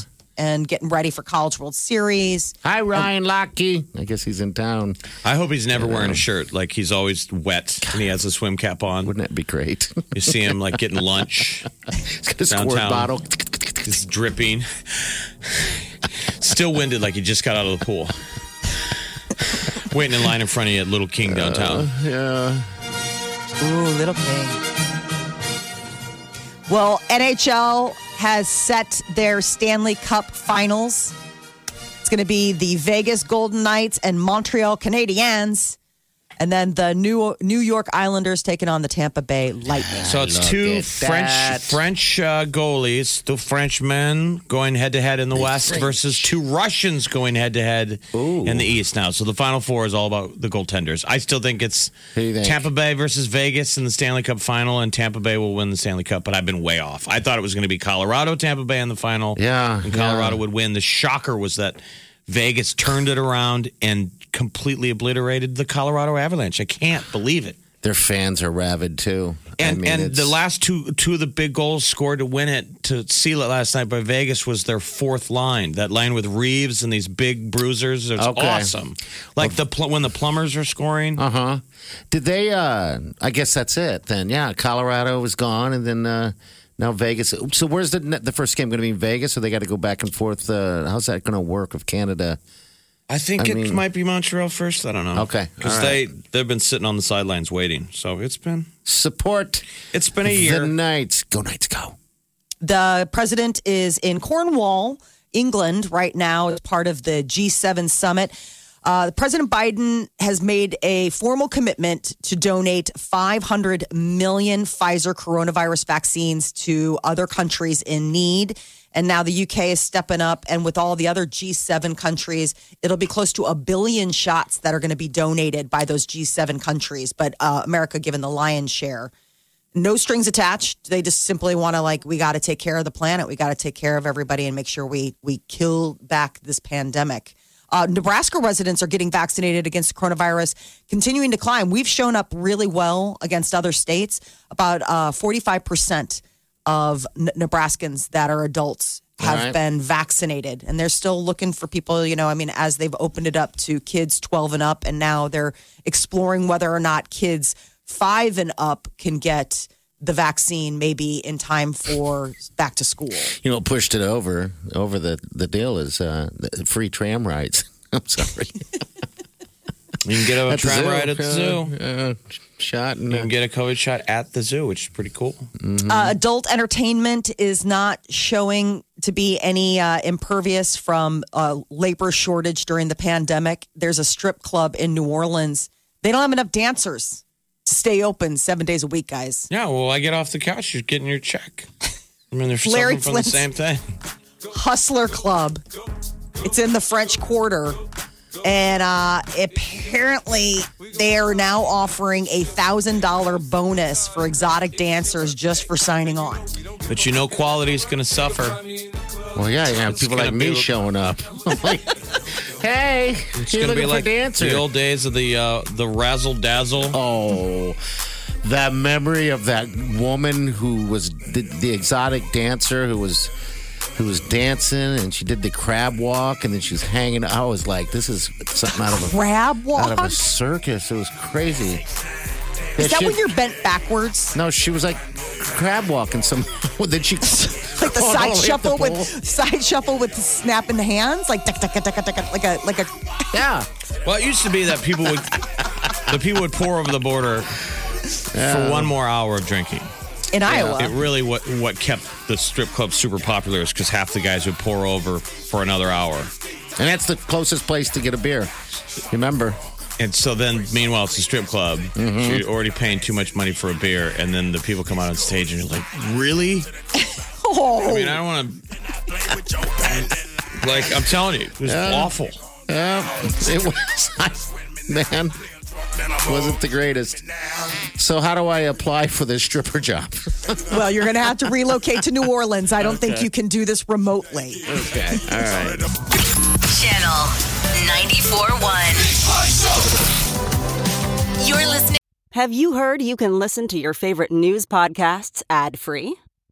S3: and getting ready for College World Series.
S2: Hi, Ryan Lochte. I guess he's in town.
S4: I hope he's never wearing a shirt. Like, he's always wet and he has a swim cap on.
S2: Wouldn't that be great?
S4: You see him, like, getting lunch.
S2: he's got a squirt
S4: Downtown.
S2: bottle.
S4: He's dripping. Still winded like he just got out of the pool. Waiting in line in front of you at Little King downtown.
S2: Yeah.
S3: Ooh, little thing. Well, NHL has set their Stanley Cup finals. It's going to be the Vegas Golden Knights and Montreal Canadiens. And then the New New York Islanders taking on the Tampa Bay Lightning.
S4: So it's
S2: Look
S4: two
S2: at
S4: French
S2: that.
S4: French uh, goalies, two French men going head to head in the West versus two Russians going head to head in the East now. So the final four is all about the goaltenders. I still think it's
S2: Who you think?
S4: Tampa Bay versus Vegas in the Stanley Cup final, and Tampa Bay will win the Stanley Cup. But I've been way off. I thought it was going to be Colorado, Tampa Bay in the final.
S2: Yeah,
S4: and Colorado
S2: yeah.
S4: would win. The shocker was that Vegas turned it around and completely obliterated the Colorado Avalanche. I can't believe it
S2: Their fans are rabid too. I
S4: and
S2: mean,
S4: and the
S2: it's-
S4: last two two of the big goals scored to win it to seal it last night by Vegas was their fourth line. That line with Reeves and these big bruisers. It's
S2: Okay.
S4: awesome. Like the pl- when the plumbers are scoring.
S2: Uh huh. Did they? uh I guess that's it then. Yeah, Colorado was gone, and then uh now Vegas. So where's the the first game going to be in Vegas? So they got to go back and forth. Uh, how's that going to work if Canada?
S4: I think
S2: I
S4: it
S2: mean-
S4: might be Montreal first. I don't know.
S2: Okay.
S4: because
S2: All
S4: they
S2: right.
S4: they've been sitting on the sidelines waiting. So it's been
S2: Support
S4: it's been a
S2: the
S4: year.
S2: Knights. Go Knights, go!
S3: The president is in Cornwall, England, right now as part of the G7 summit. Uh, president Biden has made a formal commitment to donate 500 million Pfizer coronavirus vaccines to other countries in need. And now the UK is stepping up, and with all the other G7 countries, it'll be close to a billion shots that are going to be donated by those G7 countries. But uh, America given the lion's share no strings attached. They just simply want to like we got to take care of the planet. We got to take care of everybody and make sure we we kill back this pandemic. Uh, Nebraska residents are getting vaccinated against coronavirus, continuing to climb. We've shown up really well against other states. About uh, forty-five percent of N- Nebraskans that are adults have
S2: All right.
S3: been vaccinated, and they're still looking for people. You know, I mean, as they've opened it up to kids twelve and up, and now they're exploring whether or not kids five and up can get the vaccine, maybe in time for back to school.
S2: You know, what pushed it over over the the deal is uh the free tram rides. I'm sorry,
S4: You can get a
S2: At the
S4: tram ride at the zoo.
S2: Uh, shot and uh,
S4: You can get a COVID shot at the zoo, which is pretty cool.
S3: Uh, adult entertainment is not showing to be any uh, impervious from uh, labor shortage during the pandemic, there's a strip club in New Orleans. They don't have enough dancers to stay open seven days a week, guys.
S4: Yeah, well, I get off the couch, you're getting your check. I mean, they're
S3: Larry
S4: suffering from the
S3: Flint's-
S4: same thing.
S3: Hustler Club. It's in the French Quarter. And uh, apparently, they are now offering a $1,000 bonus for exotic dancers just for signing on.
S4: But you know, quality's going to suffer.
S2: Well, yeah, yeah.
S4: It's
S2: People
S4: gonna
S2: like me
S4: be-
S2: showing up. Like, hey, you're
S4: gonna
S2: looking for dancer.
S4: the old days of the uh, the razzle dazzle.
S2: Oh, that memory of that woman who was the, the exotic dancer who was who was dancing and she did the crab walk and then she was hanging. I was like, this is something out of a
S3: Crab
S2: out
S3: walk?
S2: of a circus. It was crazy. Yeah,
S3: Is that
S2: she-
S3: when you're bent backwards?
S2: No, she was like crab walking. Some then she
S3: like the
S2: crawled all
S3: side
S2: way up
S3: shuffle
S2: Oh, the pole.
S3: with side shuffle with the snap in the hands, like tuck, tuck, tuck, tuck, tuck, tuck, like a like a
S2: yeah.
S4: Well, it used to be that people would the people would pour over the border for one more hour of drinking.
S3: in
S4: It
S3: Iowa.
S4: really what what kept the strip club super popular is because half the guys would pour over for another hour,
S2: And that's the closest place to get a beer. Remember?
S4: and so then meanwhile it's a strip club.
S2: Mm-hmm.
S4: so You're already paying too much money for a beer, and then the people come out on stage and you're like, really? I
S3: Oh,
S4: mean, I don't want to. Like I'm telling you, it was awful.
S2: Yeah, it was. Man, wasn't the greatest. So, how do I apply for this stripper job?
S3: Well, you're gonna have to relocate to New Orleans. I don't think you can do this remotely.
S2: Okay. All right.
S1: Channel 94.1. You're listening
S6: Have you heard you can listen to your favorite news podcasts ad free?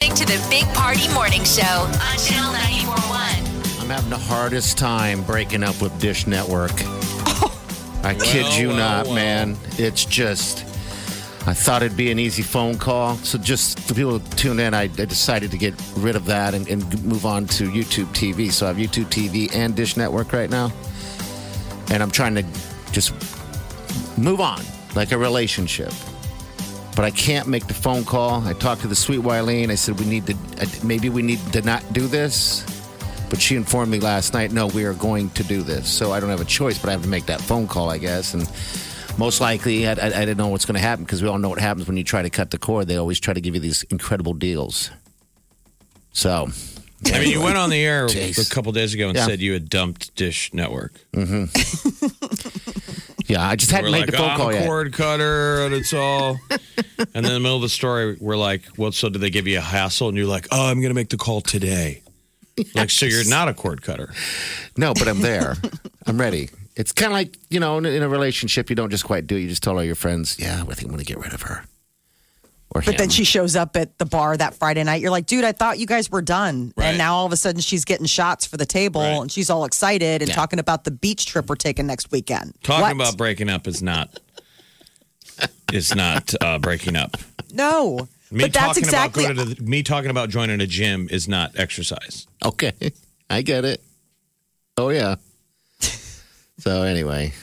S1: to the Big Party Morning Show on Channel 94.1.
S2: I'm having the hardest time breaking up with Dish Network. I kid you
S4: well,
S2: not,
S4: well.
S2: man. It's just. I thought it'd be an easy phone call. So, just for people who tune in, I, I decided to get rid of that and, and move on to YouTube TV. So, I have YouTube TV and Dish Network right now. And I'm trying to just move on, like a relationship. But I can't make the phone call. I talked to the sweet Wileen. I said, we need to, uh, maybe we need to not do this. But she informed me last night, no, we are going to do this. So I don't have a choice, but I have to make that phone call, I guess. And most likely, I, I, I didn't know what's going to happen because we all know what happens when you try to cut the cord. They always try to give you these incredible deals. So,
S4: I mean, you went on the air
S2: Jeez.
S4: a couple days ago and
S2: Yeah.
S4: said you had dumped Dish Network.
S2: yeah, I just
S4: We're
S2: hadn't made
S4: like,
S2: the phone
S4: "Ah,
S2: call yet.
S4: cord cutter, and it's all. and then in the middle of the story, we're like, "Well, so do they give you a hassle?" And you're like, "Oh, I'm going to make the call today." Like, so you're not a cord cutter.
S2: No, but I'm there. I'm ready. It's kind of like, you know, in, in a relationship, you don't just quite do it. You just tell all your friends, yeah, I think I'm going to get rid of her. Or
S3: But
S2: him.
S3: then she shows up at the bar that Friday night. You're like, dude, I thought you guys were done.
S4: Right.
S3: And now all of a sudden she's getting shots for the table and she's all excited and talking about the beach trip we're taking next weekend.
S4: Talking
S3: What?
S4: about breaking up is not. It's not uh, breaking up.
S3: No.
S4: Me
S3: but that's
S4: talking
S3: exactly
S4: about going to the, me talking about joining a gym is not exercise.
S2: Okay. I get it. Oh, yeah. so, anyway,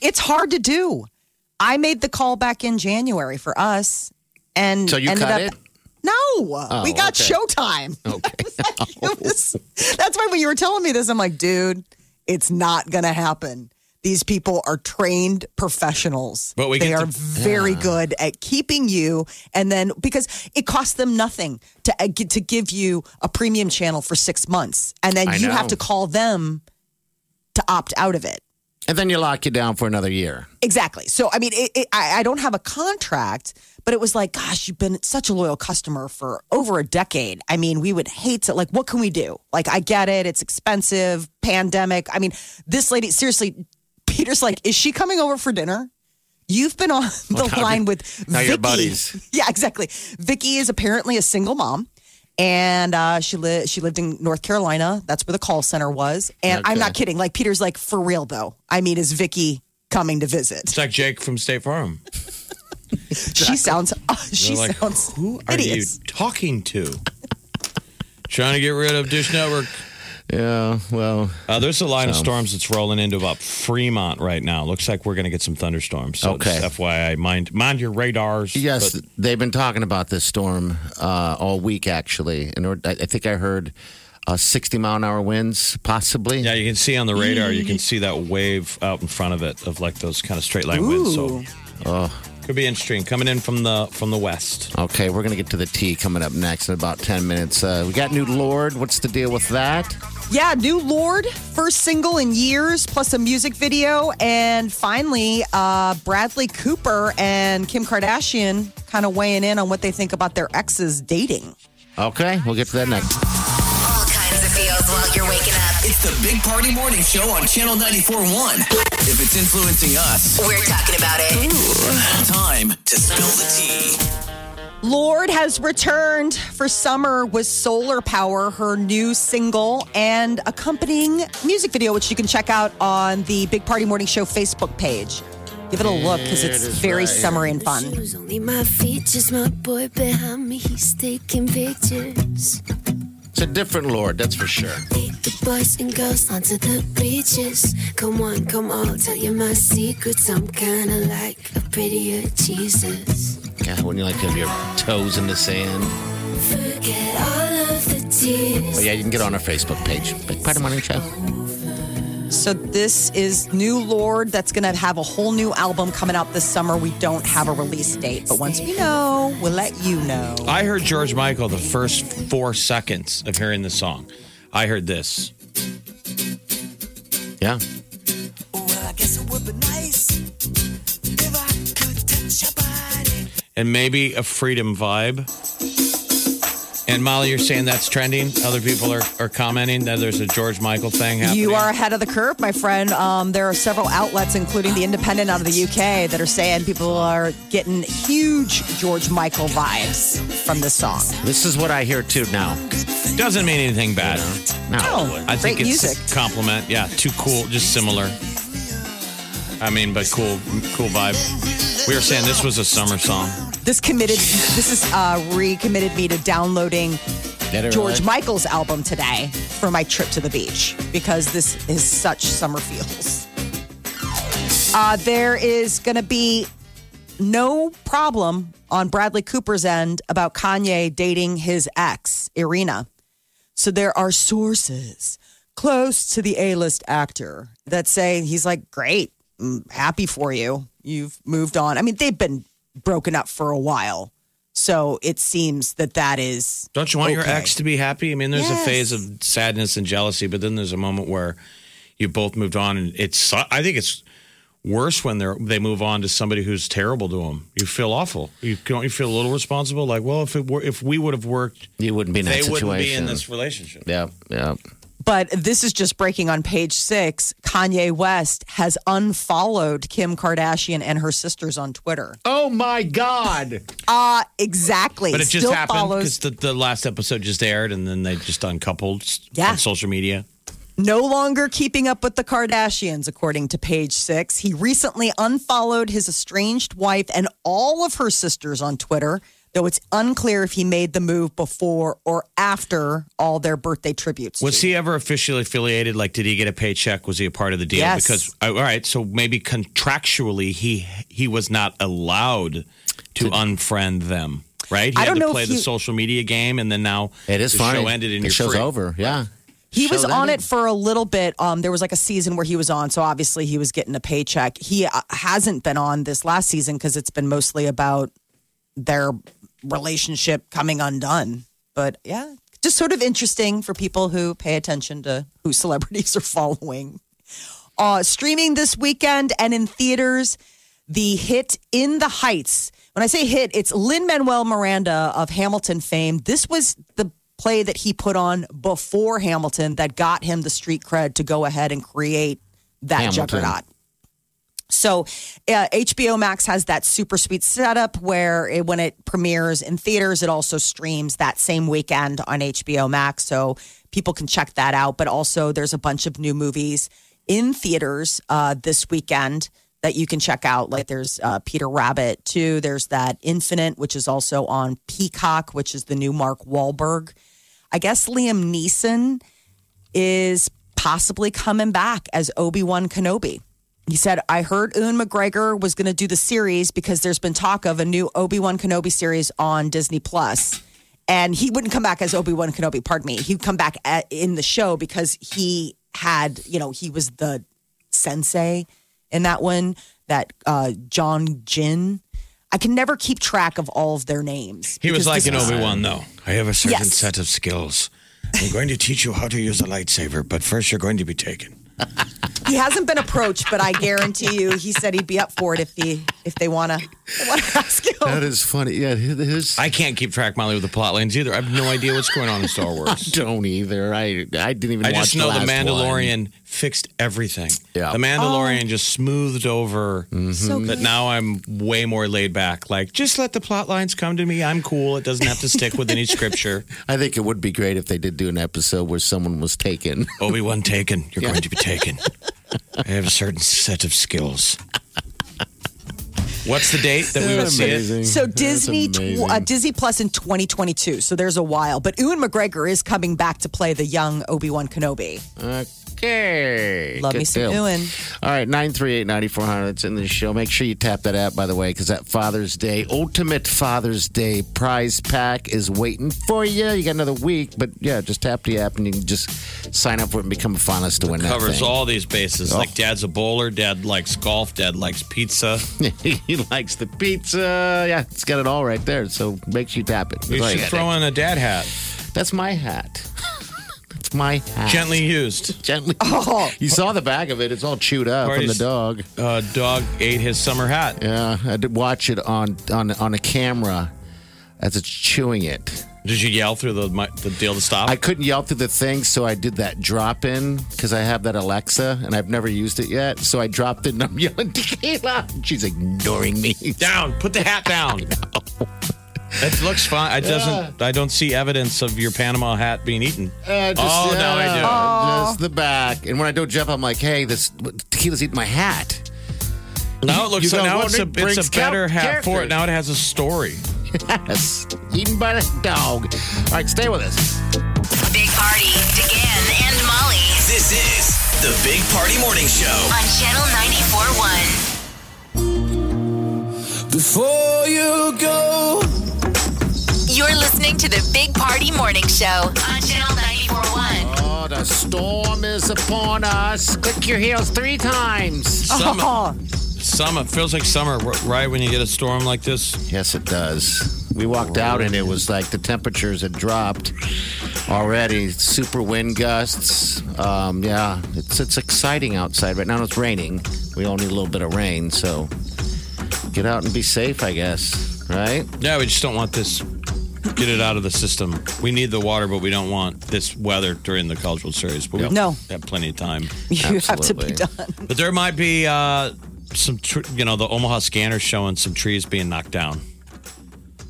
S3: it's hard to do. I made the call back in January for us, and
S2: So you
S3: ended
S2: cut
S3: up.
S2: it?
S3: No,
S4: Oh,
S3: we got
S2: okay.
S3: Showtime.
S2: okay.
S3: It was- that's why when you were telling me this, I'm like, dude, it's not gonna happen. These people are trained professionals.
S4: But we
S3: they
S4: get
S3: are
S4: to-
S3: very good at keeping you, and then because it costs them nothing to uh, get- to give you a premium channel for six months, and then
S2: I
S3: you have to
S2: know.
S3: call them to opt out of it.
S2: And then you lock you down for another year.
S3: Exactly. So, I mean, it, it, I, I don't have a contract, but it was like, gosh, you've been such a loyal customer for over a decade. I mean, we would hate to, like, what can we do? Like, I get it. It's expensive, pandemic. I mean, this lady, seriously, Peter's like, is she coming over for dinner? You've been on the
S2: now
S3: line
S2: you're-
S3: with
S2: now
S3: Vicky.
S2: you're buddies.
S3: Yeah, exactly. Vicky is apparently a single mom. And uh, she lived. She lived in North Carolina. That's where the call center was. And I'm not kidding. Like Peter's like for real though. I mean, is Vicky coming to visit?
S4: It's like Jake from State Farm.
S3: She sounds. Uh, she
S4: They're like,
S3: sounds.
S4: Who are
S3: hideous.
S4: you talking to? Trying to get rid of Dish Network.
S2: Yeah, well,
S4: Uh, there's a line of storms that's rolling into about Fremont right now. Looks like we're going to get some thunderstorms. So
S2: Okay.
S4: just FYI, mind mind your radars.
S2: yes,
S4: But
S2: they've been talking about this storm uh, all week, actually. And I I think I heard uh, 60 mile an hour winds, possibly.
S4: yeah, you can see on the radar. You can see that wave out in front of it of like those kind of straight line winds. So could be interesting coming in from the from the west.
S2: Okay, we're going to get to the tea coming up next in about 10 minutes. Uh, we got new Lord. What's the deal with that?
S3: Yeah, new Lord, first single in years, plus a music video, and finally, uh, Bradley Cooper and Kim Kardashian kind of weighing in on what they think about their exes dating.
S2: Okay, we'll get to that next.
S1: All kinds of feels while you're waking up.
S5: It's the Big Party Morning Show on Channel 94.1. If it's influencing us,
S1: We're talking about it.
S5: time to spill the tea.
S3: Lord has returned for summer with Solar Power, her new single and accompanying music video, which you can check out on the Big Party Morning Show Facebook page. Give it a look because it's very summery and fun.
S7: Shoes, only my features. My boy behind me, he's taking pictures.
S2: It's a different Lord, that's for sure.
S7: Lead the boys and girls onto the beaches. Come on, come on, tell you my secrets. I'm kinda like a prettier Jesus.
S2: Yeah, wouldn't you like to have your toes in the sand?
S7: Forget all of the tears.
S2: Well, yeah, you can get on our Facebook page. Big Party Morning Show.
S3: So this is New Lord that's going to have a whole new album coming out this summer. We don't have a release date, but once we know, we'll let you know.
S4: I heard George Michael the first four seconds of hearing the song. I heard this.
S2: Yeah.
S5: Well, I guess it would be nice if I could touch your body.
S4: and maybe a freedom vibe. And Molly, you're saying that's trending. Other people are, are commenting that there's a George Michael thing happening.
S3: You are ahead of the curve, my friend. Um, there are several outlets, including The Independent out of the UK, that are saying people are getting huge George Michael vibes from this song.
S2: This is what I hear too now.
S4: Doesn't mean anything bad.
S2: No.
S3: Oh,
S4: I think
S3: great
S4: it's
S3: music.
S4: a compliment. Yeah, too cool, just similar. I mean, but cool, cool vibe. We were saying this was a summer song.
S3: This committed, this is uh, recommitted me to downloading
S2: Did it
S3: George
S2: really?
S3: Michael's album today for my trip to the beach because this is such summer feels. Uh, there is going to be no problem on Bradley Cooper's end about Kanye dating his ex, Irina. So there are sources close to the A list actor that say he's like, great, I'm happy for you. You've moved on. I mean, they've been broken up for a while. So it seems that that is
S4: Don't you want your
S3: Okay.
S4: ex to be happy? I mean, there's a
S3: Yes.
S4: phase of sadness and jealousy, but then there's a moment where you both moved on, and it's. I think it's worse when they are they move on to somebody who's terrible to them. You feel awful. You don't. You feel a little responsible. Like, well, if it were, if we would have worked,
S2: You wouldn't be in that
S4: they
S2: situation.
S4: wouldn't be in this relationship.
S2: Yeah, yeah.
S3: But this is just breaking on page six. Kanye West has unfollowed Kim Kardashian and her sisters on Twitter.
S2: Oh my God.
S3: Uh, exactly.
S4: But it just
S3: Still
S4: happened
S3: follows.
S4: because the, the last episode just aired, and then they just uncoupled s-
S3: Yeah.
S4: on social media.
S3: No longer keeping up with the Kardashians, according to page six. He recently unfollowed his estranged wife and all of her sisters on Twitter, though it's unclear if he made the move before or after all their birthday tributes.
S4: Was he ever officially affiliated? Like, did he get a paycheck? Was he a part of the deal?
S3: Yes.
S4: Because uh, all right, so maybe contractually he he was not allowed to unfriend them. Right? He
S3: I
S4: had
S3: don't
S4: to
S3: know
S4: play
S3: if
S4: the
S3: he-
S4: social media game, and then now
S2: It is
S4: the
S2: funny.
S4: show ended, and
S2: the
S4: you're
S2: show's
S4: free.
S2: over. Yeah.
S3: He
S2: Show
S3: was
S2: that
S3: on
S2: in.
S3: it for a little bit. Um, there was like a season where he was on, so obviously he was getting a paycheck. He uh, hasn't been on this last season because it's been mostly about their relationship coming undone. But yeah, just sort of interesting for people who pay attention to who celebrities are following. uh, streaming this weekend and in theaters. The hit In the Heights. When I say hit, it's Lin Manuel Miranda of Hamilton fame. This was the play that he put on before Hamilton that got him the street cred to go ahead and create that
S2: Hamilton.
S3: juggernaut. So uh, HBO Max has that super sweet setup where it, when it premieres in theaters, it also streams that same weekend on HBO Max. So people can check that out. But also, there's a bunch of new movies in theaters uh, this weekend that you can check out. Like there's uh, Peter Rabbit too. There's that Infinite, which is also on Peacock, which is the new Mark Wahlberg. I guess Liam Neeson is possibly coming back as Obi Wan Kenobi. He said, I heard Ewan McGregor was going to do the series because there's been talk of a new Obi Wan Kenobi series on Disney Plus. And he wouldn't come back as Obi Wan Kenobi, pardon me. He'd come back at, in the show because he had, you know, he was the sensei in that one, that uh, John Jin. I can never keep track of all of their names.
S4: He was
S3: because
S4: like an
S3: this
S4: Obi Wan, though. I have a certain
S3: Yes.
S4: set of skills. I'm going to teach you how to use a lightsaber, but first you're going to be taken.
S3: He hasn't been approached, but I guarantee you, he said he'd be up for it if he if they want to want to ask him.
S2: That is funny. Yeah, his.
S4: I can't keep track, Molly, with the plot lines either. I have no idea what's going on in Star Wars.
S2: don't either. I I didn't even.
S4: I
S2: watch
S4: just know the,
S2: last
S4: Mandalorian fixed everything.
S2: Yeah. Mm-hmm.
S4: The Mandalorian just smoothed over
S3: Oh. So
S4: that
S3: good.
S4: now I'm way more laid back. Like, just let the plot lines come to me. I'm cool. It doesn't have to stick with any scripture.
S2: one. I think it would be great if they did do an episode where someone was taken.
S4: Obi Wan taken. You're going to be taken. I have a certain set of skills. What's the date that we would see it?
S3: So
S2: That's
S3: Disney, tw-
S2: amazing.
S3: uh, Disney Plus in 2022. So there's a while, but Ewan McGregor is coming back to play the young Obi Wan Kenobi.
S2: Okay.
S3: Love
S2: Good
S3: me some
S2: deal.
S3: Ewan.
S2: All right, 938 9400. It's in the show. Make sure you tap that app, by the way, because that Father's Day, Ultimate Father's Day prize pack is waiting for you. You got another week, but yeah, just tap the app and you can just sign up for it and become a finalist to win that.
S4: Covers
S2: thing. Oh.
S4: all these bases. Like, dad's a bowler, dad likes golf, dad likes pizza.
S2: he likes the pizza. Yeah, it's got it all right there. So make sure you tap it. That's
S4: You
S2: all you
S4: should
S2: gotta
S4: throw in a dad hat.
S2: do. That's my hat. That's my hat.
S4: Gently used.
S2: Gently. You saw the back of it. It's all chewed up from the
S4: Party's-
S2: dog.
S4: Uh, dog ate his summer hat.
S2: Yeah, I did Uh, watch it on on on a camera as it's chewing it.
S4: Did you yell through the mi- the deal to stop?
S2: I couldn't yell through the thing, so I did that drop in because I have that Alexa and I've never used it yet. So I dropped it and I'm yelling tequila. She's ignoring me.
S4: down. Put the hat down. It looks fine. It doesn't. I don't see evidence of your Panama hat being eaten.
S2: Uh, just-
S4: oh no, I do.
S2: yeah, Just the back. And when I don't jump, I'm like, hey, this tequila's eating my hat.
S4: Now it looks.
S2: You
S4: So
S2: go,
S4: now
S2: well,
S4: it's a
S2: it
S4: it's
S2: brings
S4: a better
S2: char-
S4: hat for
S2: character.
S4: it. Now it has a story.
S2: Yes, eaten by the dog. All right, stay with us.
S1: Big Party, DeGan and Molly
S5: This is the Big Party Morning Show.
S1: on Channel 94.1.
S5: Before you go,
S1: You're listening to the Big Party Morning Show on Channel 94.1.
S2: Oh, the storm is upon us. Click your heels three times.
S4: Summer.
S3: Oh,
S4: Summer feels like summer, r- right? When you get a storm like this,
S2: Yes, it does. We walked out and it was like the temperatures had dropped already. Super wind gusts. Um, yeah, it's it's exciting outside right now. It's raining. We all need a little bit of rain, so get out and be safe, I guess. Right?
S4: yeah, we just don't want this. Get it out of the system. We need the water, but we don't want this weather during the cultural series. But we
S3: No.
S4: have plenty of time.
S3: you have to be
S2: Absolutely.
S3: done.
S4: But there might be uh, some, tr- you know, the Omaha scanner showing some trees being knocked down.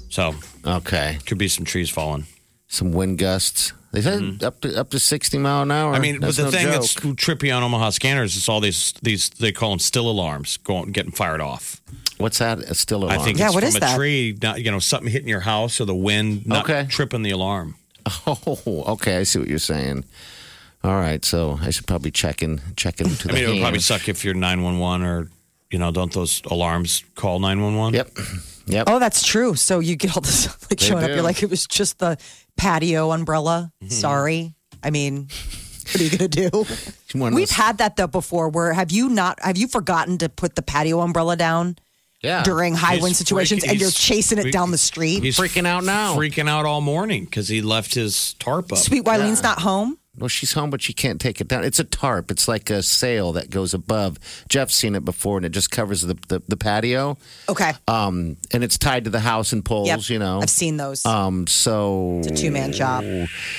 S4: So
S2: Okay.
S4: could be some trees falling.
S2: Some wind gusts. They said up to up to sixty mile an hour.
S4: Mm-hmm. I mean,
S2: that's
S4: but the
S2: no
S4: thing
S2: joke.
S4: that's trippy on Omaha scanners is all these these they call them still alarms going getting fired off.
S2: what's that? It's still alarm.
S4: I think
S3: Yeah,
S4: it's
S3: what
S4: from
S3: is
S4: a
S3: that?
S4: tree, not, you know, something hitting your house or the wind, not
S2: Okay.
S4: tripping the alarm.
S2: Oh, okay. I see what you're saying. All right, so I should probably check in check into
S4: I
S2: the
S4: mean, it would
S2: hand.
S4: probably suck if you're nine one one or you know, don't those alarms call nine one one?
S2: Yep. Yep.
S3: Oh, that's true. So you get all this like
S2: They
S3: showing up.
S2: do. Mm-hmm.
S3: You're like, it was just the patio umbrella. Sorry. I mean, what are you gonna do?
S2: One of
S3: We've
S2: those-
S3: had that though before. Where have you not? Have you forgotten to put the patio umbrella down
S2: yeah.
S3: during high
S4: He's
S3: wind situations, and
S4: freaking-
S3: you're
S4: he's-
S3: chasing it down the street?
S4: He's
S2: freaking out now.
S4: freaking out all morning because he left his tarp up.
S3: Sweet Wileen's not home.
S2: Well, she's home, but she can't take it down. It's a tarp. It's like a sail that goes above. Jeff's seen it before, and it just covers the, the, the patio.
S3: Okay.
S4: Uh,
S2: Um, and it's tied to the house and poles.
S3: Yep.
S2: You know,
S3: I've seen those.
S2: Um, so
S3: it's a two
S4: Oh.
S3: man job.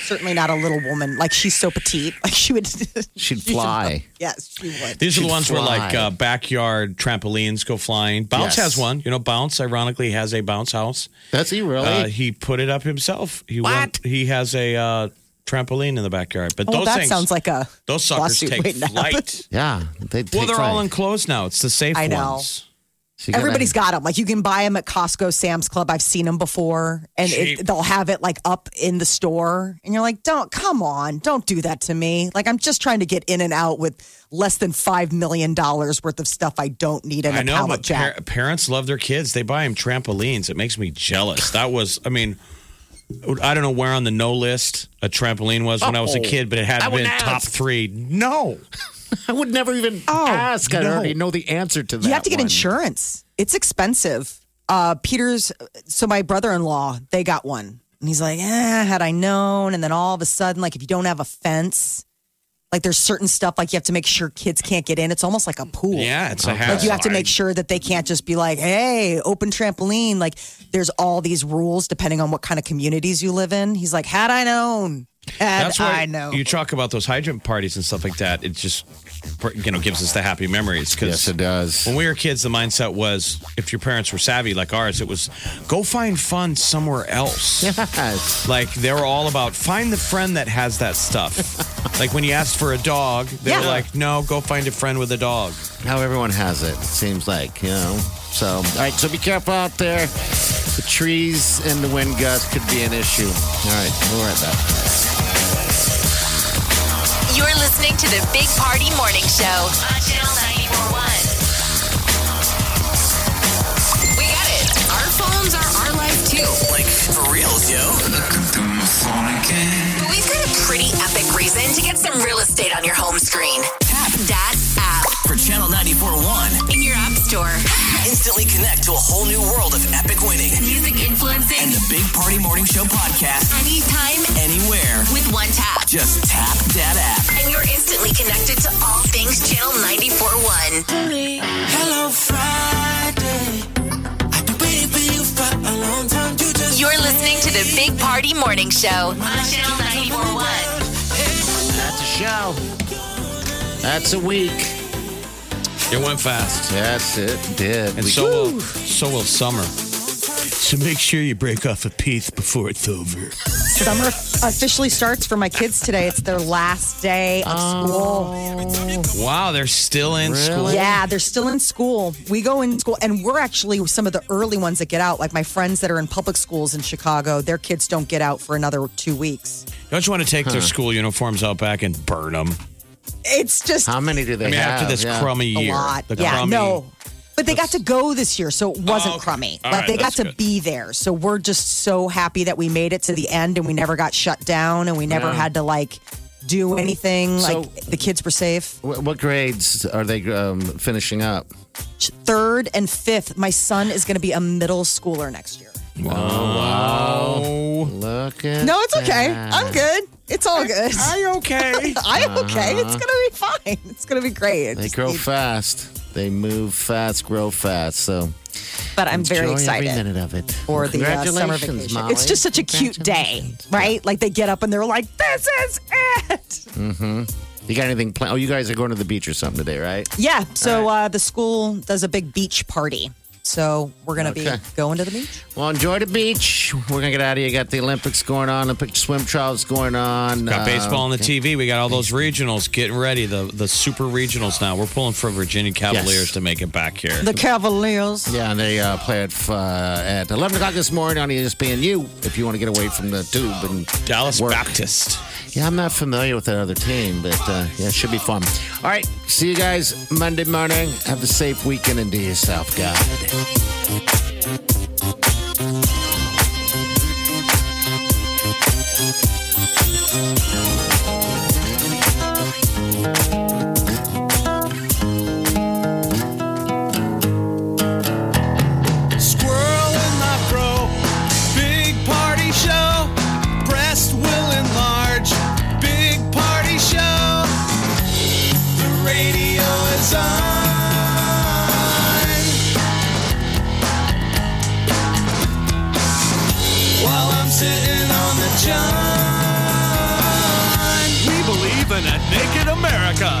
S3: Certainly not a little woman. Like she's so petite. Like she would.
S2: she'd fly.
S3: yes, she would.
S4: These are the
S2: Should
S4: ones where
S2: fly.
S4: like uh, backyard trampolines go flying. Bounce has
S2: Yes.
S4: one. You know, Bounce ironically has a bounce house.
S2: Does he
S3: Oh,
S2: really?
S4: Uh, he put it up himself. He
S2: What?
S4: he has a uh, trampoline in the backyard. But
S3: Oh, Well,
S4: those
S3: that
S4: things,
S3: sounds like a.
S4: those suckers
S3: lawsuit
S4: take
S3: waiting to
S4: flight.
S2: yeah. They
S4: Well,
S2: take
S4: they're all
S2: flight.
S4: enclosed now. It's the safe
S3: I know.
S4: ones.
S2: So you gotta-
S3: Everybody's got them. Like you can buy them at Costco, Sam's Club. I've seen them before, and it,
S4: Cheap.
S3: they'll have it like up in the store, and you're like, "Don't come on, don't do that to me." Like I'm just trying to get in and out with less than five million dollars worth of stuff I don't need in a
S4: I know,
S3: pallet
S4: but
S3: jack.
S4: par- parents love their kids. They buy them trampolines. It makes me jealous. That was, I mean, I don't know where on the no list a trampoline was when I was a
S2: Oh,
S4: kid, but it had
S2: I
S4: to been
S2: wouldn't
S4: top
S2: ask.
S4: three. No,
S2: I would never even ask. I
S4: no.
S2: already know the answer to that.
S3: Oh, you have to get
S2: one.
S3: insurance. It's expensive. Uh, Peter's. So my brother-in-law, they got one, and he's like, "Eh, had I known." And then all of a sudden, like if you don't have a fence, like there's certain stuff like you have to make sure kids can't get in. It's almost like a pool.
S4: yeah, it's a
S3: Like
S4: hassle.
S3: you have to make sure that they can't just be like, "Hey, open trampoline." Like there's all these rules depending on what kind of communities you live in. He's like, "Had I known, had
S4: That's why
S3: I known."
S4: you talk about those hydrant parties and stuff like that. It just, you know, gives us the happy memories. Because
S2: Yes, it does.
S4: When we were kids, the mindset was if your parents were savvy like ours, it was go find fun somewhere else.
S2: Yes.
S4: Like they were all about find the friend that has that stuff. like when you asked for a dog, they were
S3: Yeah.
S4: like, no, go find a friend with a dog.
S2: How everyone has it, it seems like, you know. So, all right, so be careful out there. The trees and the wind gust could be an issue. All right, we'll right back.
S1: You're listening to the Big Party Morning Show on Channel 941. We got it. Our phones are our life too.
S5: Like, for reals, yo. Looking through my phone again.
S1: But we've got a pretty epic reason to get some real estate on your home screen. Tap that app
S5: For Channel 94.1,
S1: in your app store.
S5: instantly connect to a whole new world of epic winning.
S1: Music
S5: And
S1: influencing
S5: the Big Party Morning Show podcast,
S1: anytime
S5: anywhere.
S1: with one tap.
S5: Just tap that app.
S1: And you're instantly connected to all things Channel 941.
S5: Hello, Friday. I've been waiting for you for a long time. You just
S1: You're listening to the Big Party Morning Show on Channel 941.
S2: That's a show. That's a week.
S4: It went fast.
S2: Yes, it did.
S4: And
S2: We-
S4: so will, so will summer. So make sure you break off a piece before it's over.
S3: Summer officially starts for my kids today. It's their last day of
S4: Oh.
S3: school.
S4: Wow, they're still in school.
S3: Yeah, they're still in school. We go in school, and we're actually some of the early ones that get out. Like my friends that are in public schools in Chicago, their kids don't get out for another two weeks.
S4: Don't you want to take their school uniforms out back and burn them?
S3: It's just
S2: how many do they
S4: I mean,
S2: have?
S4: after this
S2: Yeah.
S4: crummy
S3: a
S4: year,
S3: lot.
S4: the
S3: yeah,
S4: crummy,
S3: no. But they got to go this year, so it wasn't
S4: Oh, okay.
S3: crummy.
S4: All
S3: but
S4: right,
S3: they got
S4: that's
S3: to
S4: good.
S3: be there. So we're just so happy that we made it to the end and we never got shut down and we never had to like do anything.
S2: So-
S3: like the kids were safe.
S2: Wh- What grades are they um, finishing up?
S3: Third and fifth, my son is going to be a middle schooler next year.
S2: Look at
S3: No, it's okay. I'm
S2: that.
S3: good. It's all good.
S4: Are you okay?
S3: I'm okay. It's going to be fine. It's going to be great. It
S2: Uh-huh. They
S3: just
S2: grow
S3: needs-
S2: fast. They move fast, grow fast. So
S3: but I'm very
S2: enjoy
S3: excited.
S2: every minute of it.
S3: for the uh, summer
S2: Congratulations,
S3: vacation.
S2: Molly.
S3: It's just such a cute day,
S2: Congratulations.
S3: right? Like they get up and they're like, "This is it."
S2: You got anything planned? Oh, you guys are going to the beach or something today, right?
S3: Yeah. So uh, the school does a big beach party, so we're gonna
S2: Okay.
S3: be going to the beach.
S2: Well, enjoy the beach. We're gonna get out of here. Got the Olympics going on, Olympic swim trials going on.
S4: Got
S2: Uh,
S4: baseball on the TV. We got all those regionals getting ready. The the super regionals now. We're pulling for Virginia Cavaliers
S2: Yes.
S4: to make it back here.
S3: The Cavaliers.
S2: Yeah, and they uh, play at uh, at eleven o'clock this morning on E ESPNU. If you want to get away from the tube and
S4: Dallas
S2: work.
S4: Baptist.
S2: Yeah, I'm not familiar with that other team, but uh, yeah, it should be fun. All right, see you guys Monday morning. Have a safe weekend and do yourself good.
S4: Squirrel in my pro. Big party show. Breast will enlarge. Big party.
S8: nation. We believe in a naked America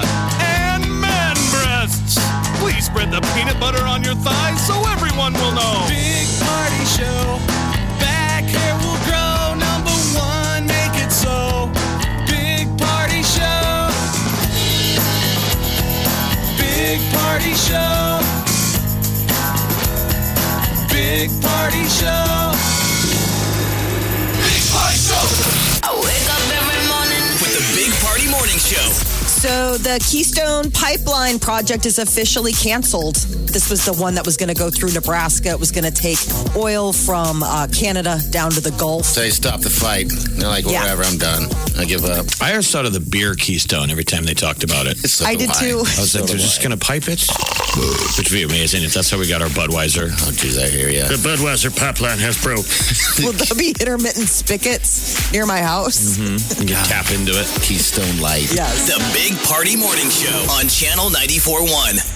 S8: and man breasts. Please spread the peanut butter on your thighs so everyone will know. Big party show. Back hair will grow. Number one, make it so. Big party show. Big party show. Big party show. Big party show.
S1: I wake up every morning.
S8: With the Big Party Morning Show.
S3: So the Keystone Pipeline project is officially canceled. This was the one that was going to go through Nebraska. It was going to take oil from uh, Canada down to the Gulf.
S2: So they stop the fight. They're like,
S3: Yeah.
S2: whatever, I'm done. I give up.
S4: I always thought of the beer Keystone every time they talked about it.
S2: So
S3: I
S2: do
S3: did too.
S4: I was like, they're just going to pipe it? Which would be amazing if that's how we got our Budweiser.
S2: Oh, geez, I hear you.
S4: Budweiser pipeline has broke.
S3: Will there be intermittent spigots near my house?
S4: You can tap into it.
S2: Keystone Light.
S3: Yes.
S8: The Big Party Morning Show on Channel 94.1.